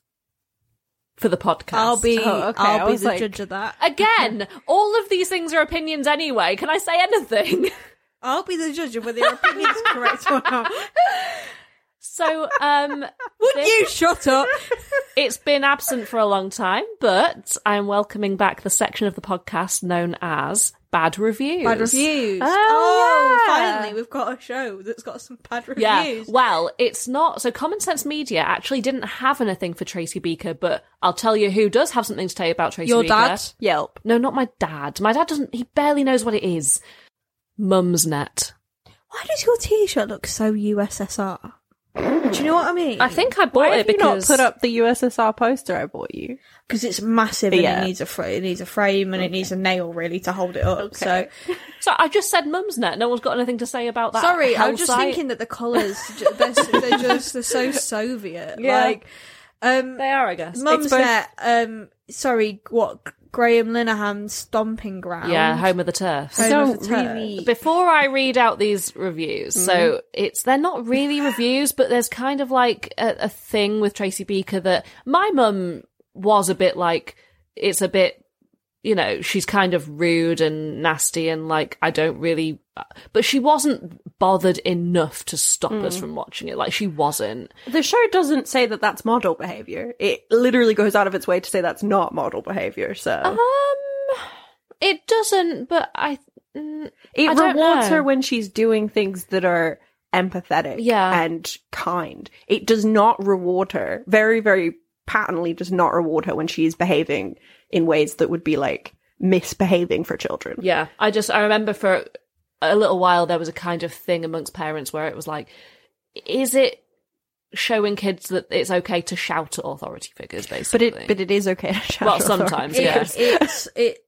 for the podcast?
I'll be. I'll be the judge of that.
Again, all of these things are opinions anyway. Can I say anything?
I'll be the judge of whether your opinion's correct or not.
So, um,
would you shut up?
It's been absent for a long time, but I'm welcoming back the section of the podcast known as Bad Reviews.
Bad reviews.
Oh, yeah.
finally, we've got a show that's got some bad
Yeah.
reviews.
Well, it's not. So Common Sense Media actually didn't have anything for Tracy Beaker, but I'll tell you who does have something to tell you about Tracy
Your
Beaker.
dad?
Yelp.
No, not my dad. My dad doesn't, he barely knows what it is. Mum's Net.
Why does your T-shirt look so USSR? Do you know what I mean?
I think I bought
Why
it
"Oh, have you not
because.
put up the USSR poster I bought you?
because it's massive and
Yeah.
it needs a fra- it needs a frame and it needs a nail really to hold it up. So
so I just said Mum's Net. No one's got anything to say about that.
sorry, I
hell
was just
site.
thinking that the colours ju- they're, s- they're just they're so Soviet.
Yeah.
Like um,
they are, I guess.
Mum's
It's both-
net. Um, sorry, what Graham Linehan's stomping ground?
Yeah, home of the turf.
Home So of the turf. really-
Before I read out these reviews, so it's they're not really reviews, but there's kind of like a, a thing with Tracy Beaker that my mum was a bit like it's a bit you know she's kind of rude and nasty and like I don't really but she wasn't bothered enough to stop us
Mm.
from watching it like she wasn't
The show doesn't say that that's model behavior. It literally goes out of its way to say that's not model behavior. So
it doesn't but I mm,
it
I don't
rewards
know.
her when she's doing things that are empathetic
Yeah.
and kind. It does not reward her. Very, very patently does not reward her when she is behaving in ways that would be like misbehaving for children.
Yeah, I just I remember for a little while there was a kind of thing amongst parents where it was like, is it showing kids that it's okay to shout at authority figures,
But
basically?
it but it is okay to shout.
well,
at
sometimes,
authority.
yeah.
it's it.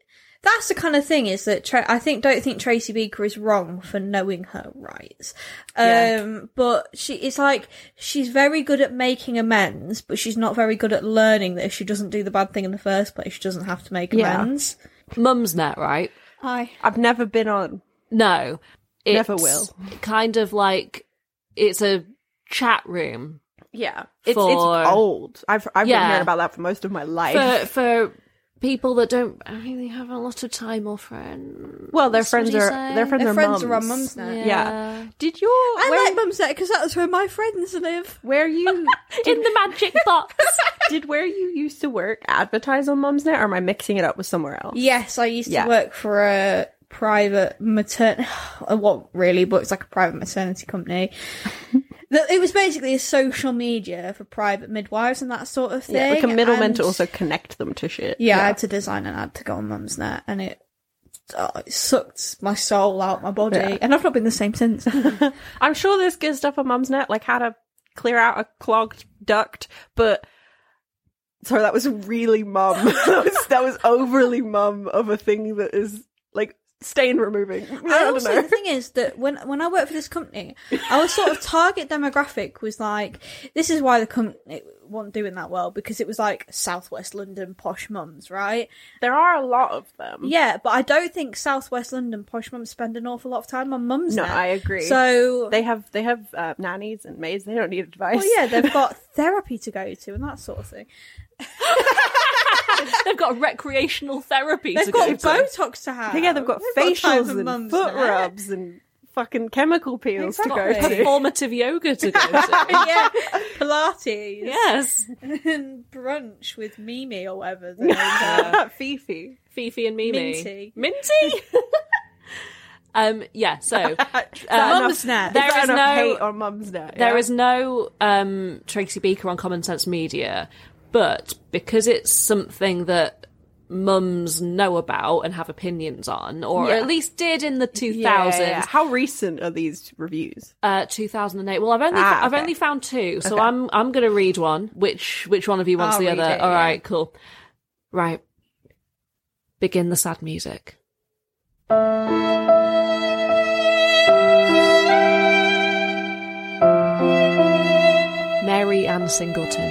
That's the kind of thing is that Tra- I think don't think Tracy Beaker is wrong for knowing her rights, um,
Yeah.
but she it's like she's very good at making amends, but she's not very good at learning that if she doesn't do the bad thing in the first place, she doesn't have to make
Yeah.
amends.
Mum's net, right?
Hi,
I've never been on.
No,
Never
it's
will.
Kind of like it's a chat room
Yeah. It's
For-
it's old. I've I've
Yeah.
been hearing about that for most of my
for
life.
for people that don't really have a lot of time or friends.
Well, their
What do
friends
you
are
say?
their friends
Their
are
friends
mums.
are on mums now.
Yeah.
Yeah.
Did your
I
where,
like Mum's because that's where my friends live.
where you
in the magic box?
did where you used to work advertise on Mumsnet, or am I mixing it up with somewhere else?
Yes, I used
Yeah.
to work for a private maternity. What really, but it's like a private maternity company. That- it was basically a social media for private midwives and that sort of thing.
Yeah, like a middleman
and-
to also connect them to shit.
Yeah, I had to design an ad to go on Mum's Net, and it, oh, it sucked my soul out my body,
Yeah.
and I've not been the same since.
I'm sure there's good stuff on Mumsnet, like how to clear out a clogged duct, but. Sorry, that was really mum. that, was, that was overly mum of a thing that is like stain removing. I,
And
don't
also,
know.
the thing is that when when I worked for this company, our sort of target demographic was like this is why the company wasn't doing that well because it was like Southwest London posh mums, right?
There are a lot of them.
Yeah, but I don't think Southwest London posh mums spend an awful lot of time on mums.
No,
there.
I agree.
So
they have they have uh, nannies and maids. They don't need advice.
well, yeah, they've got therapy to go to and that sort of thing.
They've got recreational therapy.
They've
to
got
go to.
Botox to have.
yeah, they've got
got time
facials
for
and
mums
foot
now.
rubs and fucking chemical peels to go
Exactly.
to.
Performative yoga to go to.
yeah, Pilates.
Yes.
and brunch with Mimi or whatever.
Fifi.
Fifi and Mimi.
Minty.
Minty? um, yeah, so.
Mum's
net.
net.
There is
enough
no.
hate on mum's net.
There
yeah?
is no um, Tracy Beaker on Common Sense Media, but because it's something that mums know about and have opinions on, or
Yeah.
at least did in the 2000s,
Yeah, yeah, yeah. How recent are these reviews?
uh, 2008. Well, I've only
Ah,
I've
okay.
only found two, so
Okay.
I'm I'm going to read one. Which which one of you wants
I'll
the
read
other?
it,
All
yeah.
right, cool. Right, begin the sad music. Mary Ann Singleton,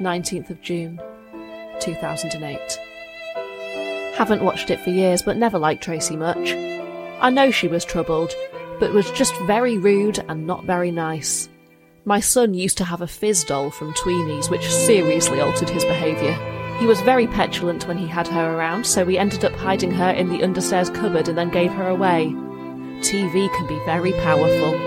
19th of June, 2008. Haven't watched it for years, but never liked Tracy much. I know she was troubled, but was just very rude and not very nice. My son used to have a fizz doll from Tweeny's, which seriously altered his behaviour. He was very petulant when he had her around, so we ended up hiding her in the understairs cupboard and then gave her away. TV can be very powerful.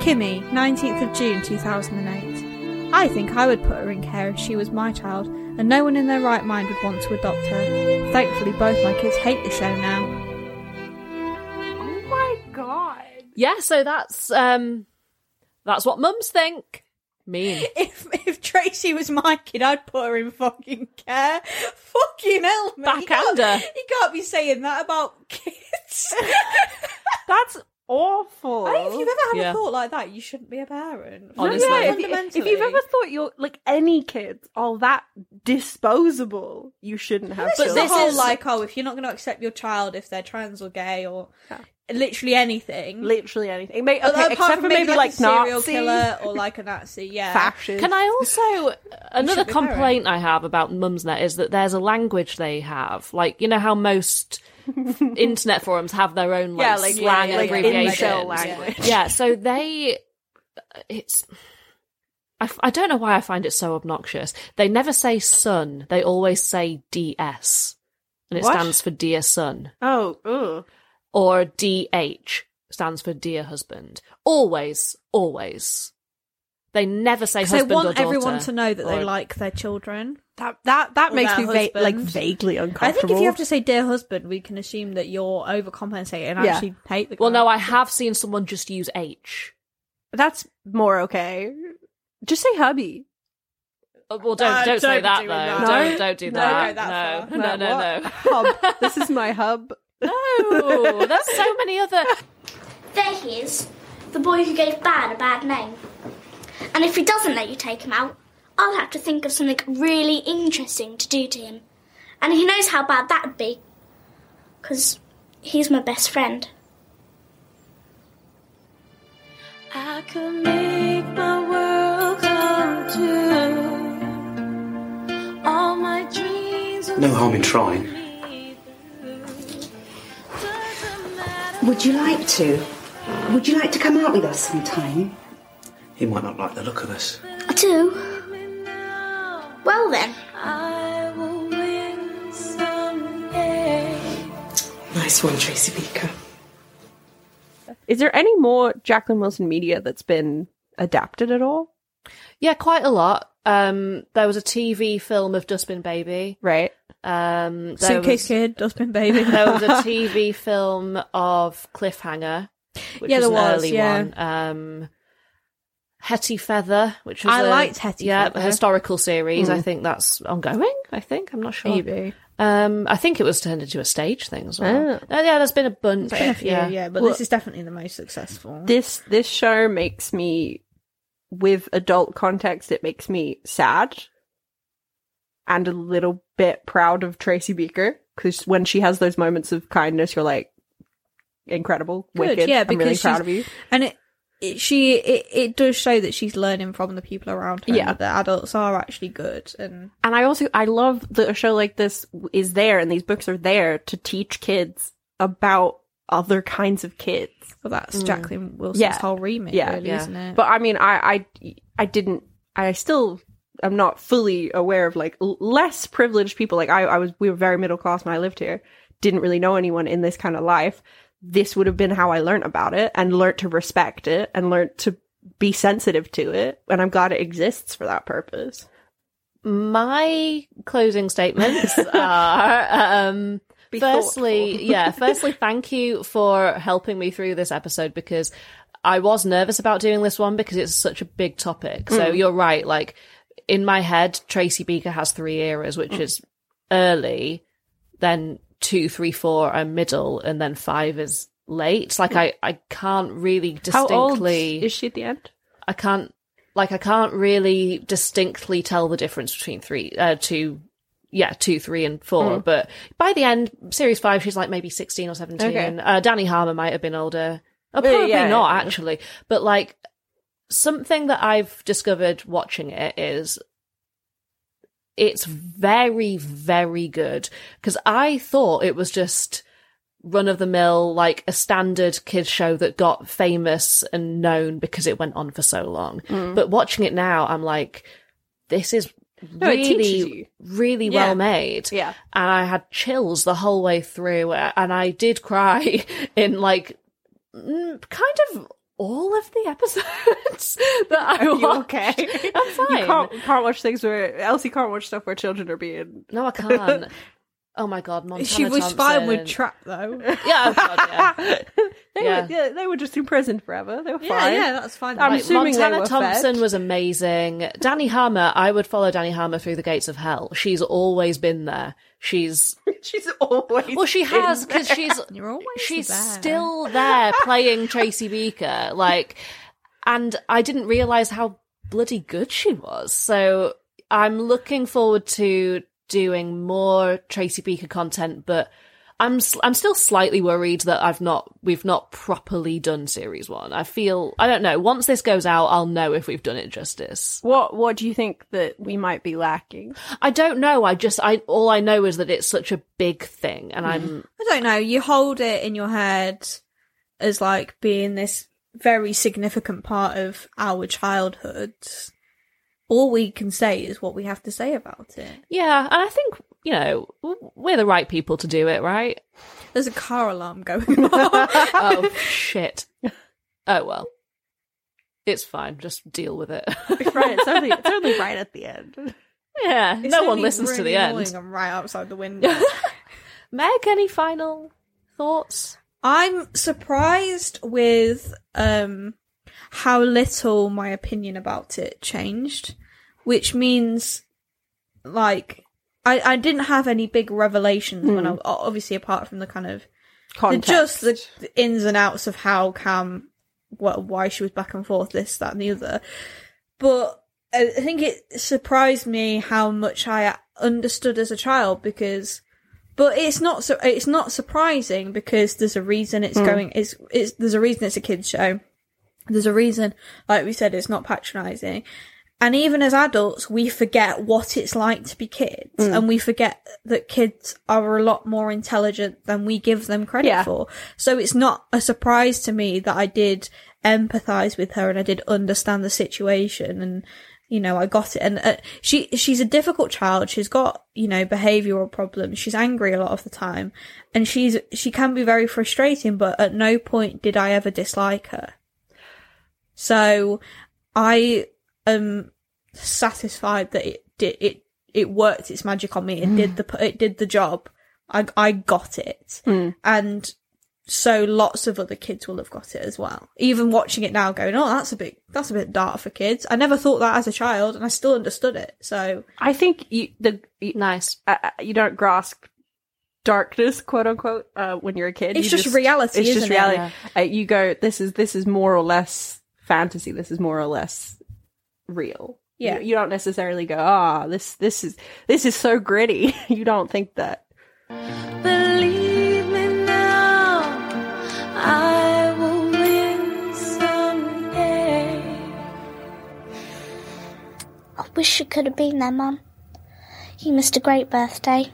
Kimmy, 19th of June 2008. I think I would put her in care if she was my child, and no one in their right mind would want to adopt her. Thankfully, both my kids hate the show now.
Oh my god.
Yeah, so that's um that's what mums think. Mean.
If if Tracy was my kid, I'd put her in fucking care. Fucking hell, mate. You can't-
Backhander.
You can't be saying that about kids.
That's awful.
I think if you've ever had
Yeah.
a thought like that, you shouldn't be a parent.
No, Honestly. yeah,
if, you- if you've ever thought you're like any kids are that disposable, you shouldn't have.
But
children.
this whole like, oh, if you're not going to accept your child if they're trans or gay or literally anything,
literally anything, May-
Although apart
okay, except
from
for maybe like,
a serial
Nazi.
killer or like a Nazi, yeah,
Fascist.
Can I also another
should be married.
complaint I have about Mumsnet is that there's a language they have. Like you know how most internet forums have their own like,
Yeah, like-
slang and
yeah, like
abbreviations.
incel language.
Yeah. so they it's I, f- I don't know why I find it so obnoxious. They never say son, they always say DS. And it
What?
stands for dear son
Oh, ugh.
or DH stands for dear husband. Always, always. They never say
'Cause they
husband or
want
daughter.
everyone to know that they
or-
like their children.
that that that
Or
makes me
their
va- like
husband.
vaguely
I think
uncomfortable.
if you have to say "dear husband," we can assume that you're overcompensating and
Yeah.
actually hate the.
Well,
guy.
no, I have seen someone just use H.
That's more okay. Just say hubby.
Oh, Well, don't
Uh,
don't, say
don't
that
do
though.
that.
Don't don't do
No,
that.
don't go that
no, no, no, no,
Hub. this is my hub.
no. There's so many other.
There he is, the boy who gave Bad a bad name. And if he doesn't let you take him out, I'll have to think of something really interesting to do to him. And he knows how bad that would be, 'cause he's my best friend.
I could make my world come true. All my dreams.
No harm in trying.
Would you like to? Would you like to come out with us sometime?
He might not like the look of us.
I do. Well then,
I will win someday.
Nice one, Tracy Beaker.
Is there any more Jacqueline Wilson media that's been adapted at all?
Yeah, quite a lot. Um, there was a TV film of Dustbin Baby.
Right.
Um, there
suitcase
was,
kid, dustbin baby.
there was a TV film of Cliffhanger, which
Yeah,
was
there
an
was,
early
yeah.
one. Um, Hetty Feather, which was
I
a-
liked Hetty
yeah,
Feather.
a historical series. I
Mm.
think that's ongoing. I think I'm not sure.
Maybe.
Um, I think it was turned into a stage thing as well.
Oh.
Oh, yeah, there's been a bunch.
Been a few, yeah, but
Well-
this is definitely the most successful.
This this show makes me with adult context, it makes me sad and a little bit proud of Tracy Beaker. because when she has those moments of kindness, you're like incredible, wicked.
yeah,
I'm
because
really proud
she's-
of you.
And it, it she it, it does show that she's learning from the people around her.
Yeah.
that the adults are actually good and
And I also I love that a show like this is there and these books are there to teach kids about other kinds of kids.
Well, that's
Mm.
Jacqueline Wilson's whole remit, really, isn't it?
But I mean, I I I didn't. I still am not fully aware of like l- less privileged people. Like I I was we were very middle class when I lived here. Didn't really know anyone in this kind of life. This would have been how I learned about it and learnt to respect it and learnt to be sensitive to it. And I'm glad it exists for that purpose.
my closing statements are um firstly yeah firstly thank you for helping me through this episode because i was nervous about doing this one because it's such a big topic so
Mm.
you're right like in my head tracy beaker has three eras
Mm.
which is early then two three four are middle and then five is late like i i can't really
Mm. How
distinctly
old is she at the end?
I can't like I can't really distinctly tell the difference between three uh two yeah, two, three, and four.
Mm.
But by the end, series five, she's like maybe sixteen or seventeen.
Okay.
Uh, Danny Harmer might have been older. Oh,
Yeah,
probably
yeah,
not
yeah.
actually. But like something that I've discovered watching it is it's very, very good because I thought it was just run of the mill, like a standard kids show that got famous and known because it went on for so long.
Mm.
But watching it now, I'm like, this is
No, it teaches you.
really, really
Yeah.
well made.
Yeah.
And I had chills the whole way through, uh, and I did cry in like mm, kind of all of the episodes that I
Are you
watched.
okay?
I'm fine.
You can't, can't watch things where Elsie can't watch stuff where children are being.
No, I can't. oh my god, Montana
she was fine with
Thompson.
trap though.
Yeah, oh God, yeah.
They
Yeah.
were yeah, they were just imprisoned forever. They were
Yeah,
fine.
yeah, that's fine.
I'm
Like,
assuming
Montana
they were
Thompson
fed.
was amazing. Danny Harmer, I would follow Danny Harmer through the gates of hell. She's always been there. She's
she's always
well, she
been
has because
there.
she's
You're always
she's
there.
still there playing Tracy Beaker. Like, and I didn't realize how bloody good she was. So I'm looking forward to doing more Tracy Beaker content, but. I'm s- I'm still slightly worried that I've not we've not properly done series one. I feel I don't know. Once this goes out, I'll know if we've done it justice.
What What do you think that we might be lacking?
I don't know. I just I all I know is that it's such a big thing, and I'm
I don't know. You hold it in your head as like being this very significant part of our childhood. All we can say is what we have to say about it.
yeah, and I think you know w- we're the right people to do it, right?
There's a car alarm going on.
oh shit! Oh well, it's fine. Just deal with it.
It's right. It's only It's only right at the end.
yeah,
It's
no one
only
listens to
really
the
annoying
end.
and right outside the window.
Meg, any final thoughts?
I'm surprised with um how little my opinion about it changed, which means like I I didn't have any big revelations when I
Hmm.
o- obviously apart from the kind of the-
Context.
just the, the ins and outs of how Cam what why she was back and forth this that and the other, but I I think it surprised me how much I understood as a child because but it's not so. It's not surprising because there's a reason it's
Hmm.
going. It's it's there's a reason it's a kids show. There's a reason, like we said, it's not patronising. And even as adults, we forget what it's like to be kids,
Hmm.
and we forget that kids are a lot more intelligent than we give them credit
Yeah.
for. So it's not a surprise to me that I did empathise with her and I did understand the situation and you know i got it and uh, she she's a difficult child she's got you know behavioral problems she's angry a lot of the time and she's she can be very frustrating but at no point did i ever dislike her so i am satisfied that it did it it worked its magic on me it did the it did the job i i got it
Mm.
and so lots of other kids will have got it as well. Even watching it now, going, "Oh, that's a bit that's a bit dark for kids." I never thought that as a child, and I still understood it. So
I think you the you,
nice.
Uh, you don't grasp darkness, quote unquote, uh, when you're a kid.
It's
You
just reality,
It's just
isn't it?
reality.
Yeah.
Uh, you go. This is this is more or less fantasy. This is more or less real.
Yeah.
You, you don't necessarily go, ah, this this is this is so gritty. you don't think that.
wish you could have been there, Mum. You missed a great birthday.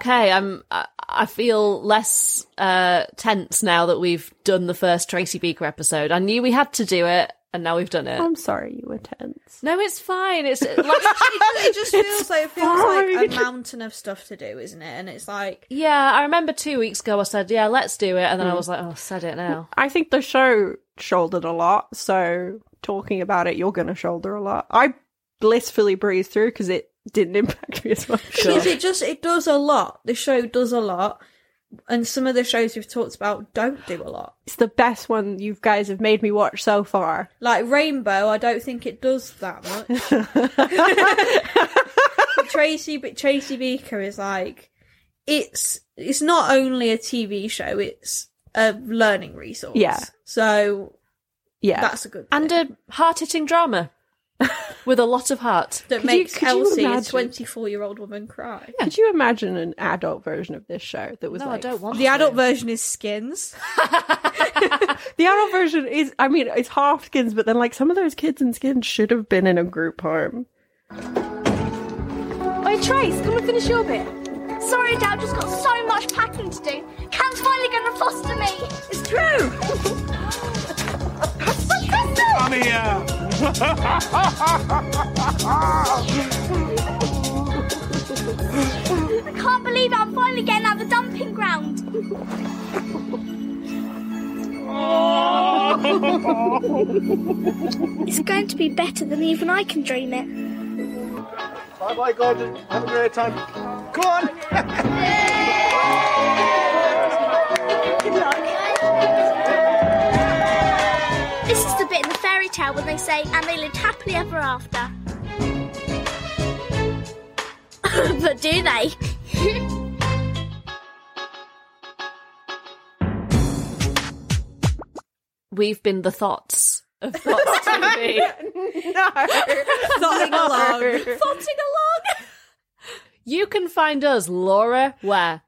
Okay, I'm. I, I feel less uh, tense now that we've done the first Tracy Beaker episode. I knew we had to do it, and now we've done it.
I'm sorry you were tense.
No, it's fine. It's like,
it just feels like it feels like
fine.
a mountain of stuff to do, isn't it? And it's like
yeah, I remember two weeks ago I said, "Yeah, let's do it," and then I
Mm.
was like, "Oh, I said it now."
I think the show shouldered a lot, so talking about it, you're going to shoulder a lot. I blissfully breezed through because it didn't impact me as much.
because it just it does a lot. The show does a lot, and some of the shows we've talked about don't do a lot.
It's the best one you guys have made me watch so far.
Like Rainbow, I don't think it does that much. But Tracy, but Tracy Beaker is like, it's it's not only a TV show; it's a learning resource.
Yeah.
So
Yeah.
that's a good
and a heart-hitting drama with a lot of heart
that makes Elsie, a twenty-four-year-old woman, cry.
Could you imagine an adult version of this show that was
No, I
like
don't want The to. adult version is skins.
the adult version is I mean it's half skins, but then like some of those kids in skins should have been in a group home.
Oi, Trace, come and finish your bit. Sorry, Dad, just got so much packing to do. Cam's finally going to foster me. It's true.
Come
uh.
here.
I can't believe it. I'm finally getting out of the dumping ground. it's going to be better than even I can dream it.
Bye bye, Gordon. Have a great time. Come on.
This is the bit in the fairy tale when they say, and they lived happily ever after. but do they?
We've been the thoughts of thoughts TV.
no.
Thotting along. You can find us, Laura. Where?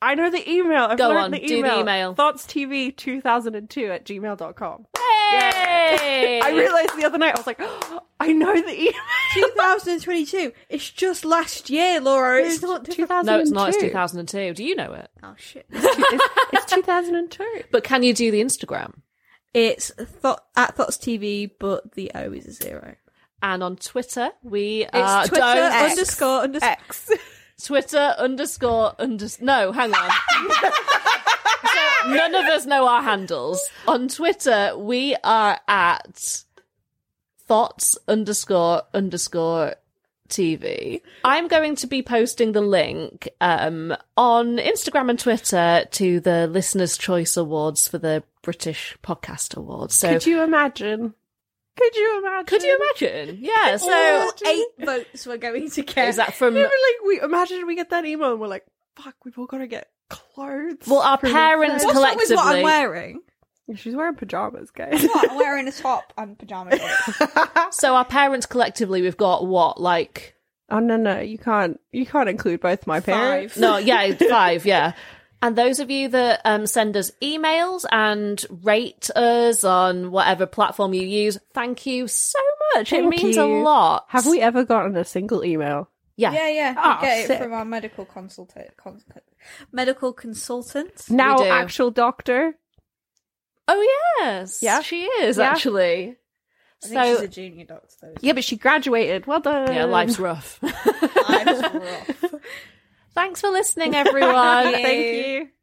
I know the email. I've
Go
learned
on,
the
do the
email.
email.
ThoughtsTV2002 at gmail.com.
Hey!
I realized the other night, I was like, I know the email.
2022. It's just last year, Laura. It's, not 2000.
No, it's not. It's 2002. Do you know it?
Oh shit.
it's 2002.
But can you do the Instagram?
It's thought, at Thoughts TV, but the O is a zero.
And on Twitter, we it's are
Twitter
Ah, don't-
underscore underscore
X.
Twitter underscore under. No, hang on. So none of us know our handles. On Twitter, we are at thoughts underscore underscore TV. I'm going to be posting the link um, on Instagram and Twitter to the Listener's Choice Awards for the British Podcast Awards. So
Could you imagine? Could you imagine?
Could you imagine? Yeah. So
Oh.
All eight votes were going to get.
Is that from-
We were like, we imagine we get that email and we're like, fuck, we've all got to get clothes.
Well, our
for the
parents
thing.
What's wrong with what I'm collectively-
wearing?
Yeah, she's wearing pajamas, guys.
What, I'm wearing a top and pajamas.
so our parents collectively, we've got what like.
Oh no no you can't you can't include both my parents.
No, yeah, five, yeah. And those of you that um, send us emails and rate us on whatever platform you use, thank you so much. it
Thank
means a
you.
lot.
Have we ever gotten a single email?
Yeah.
yeah, yeah. We
Ah,
get it
sick.
from our medical consultant. Cons- medical consultant.
Now
do.
actual doctor.
Oh yes,
Yeah.
she is
Yeah.
actually.
I think she's a junior doctor. Though.
Yeah, but she graduated. Well done.
yeah, life's rough.
Life's rough.
Thanks for listening, everyone.
Thank you.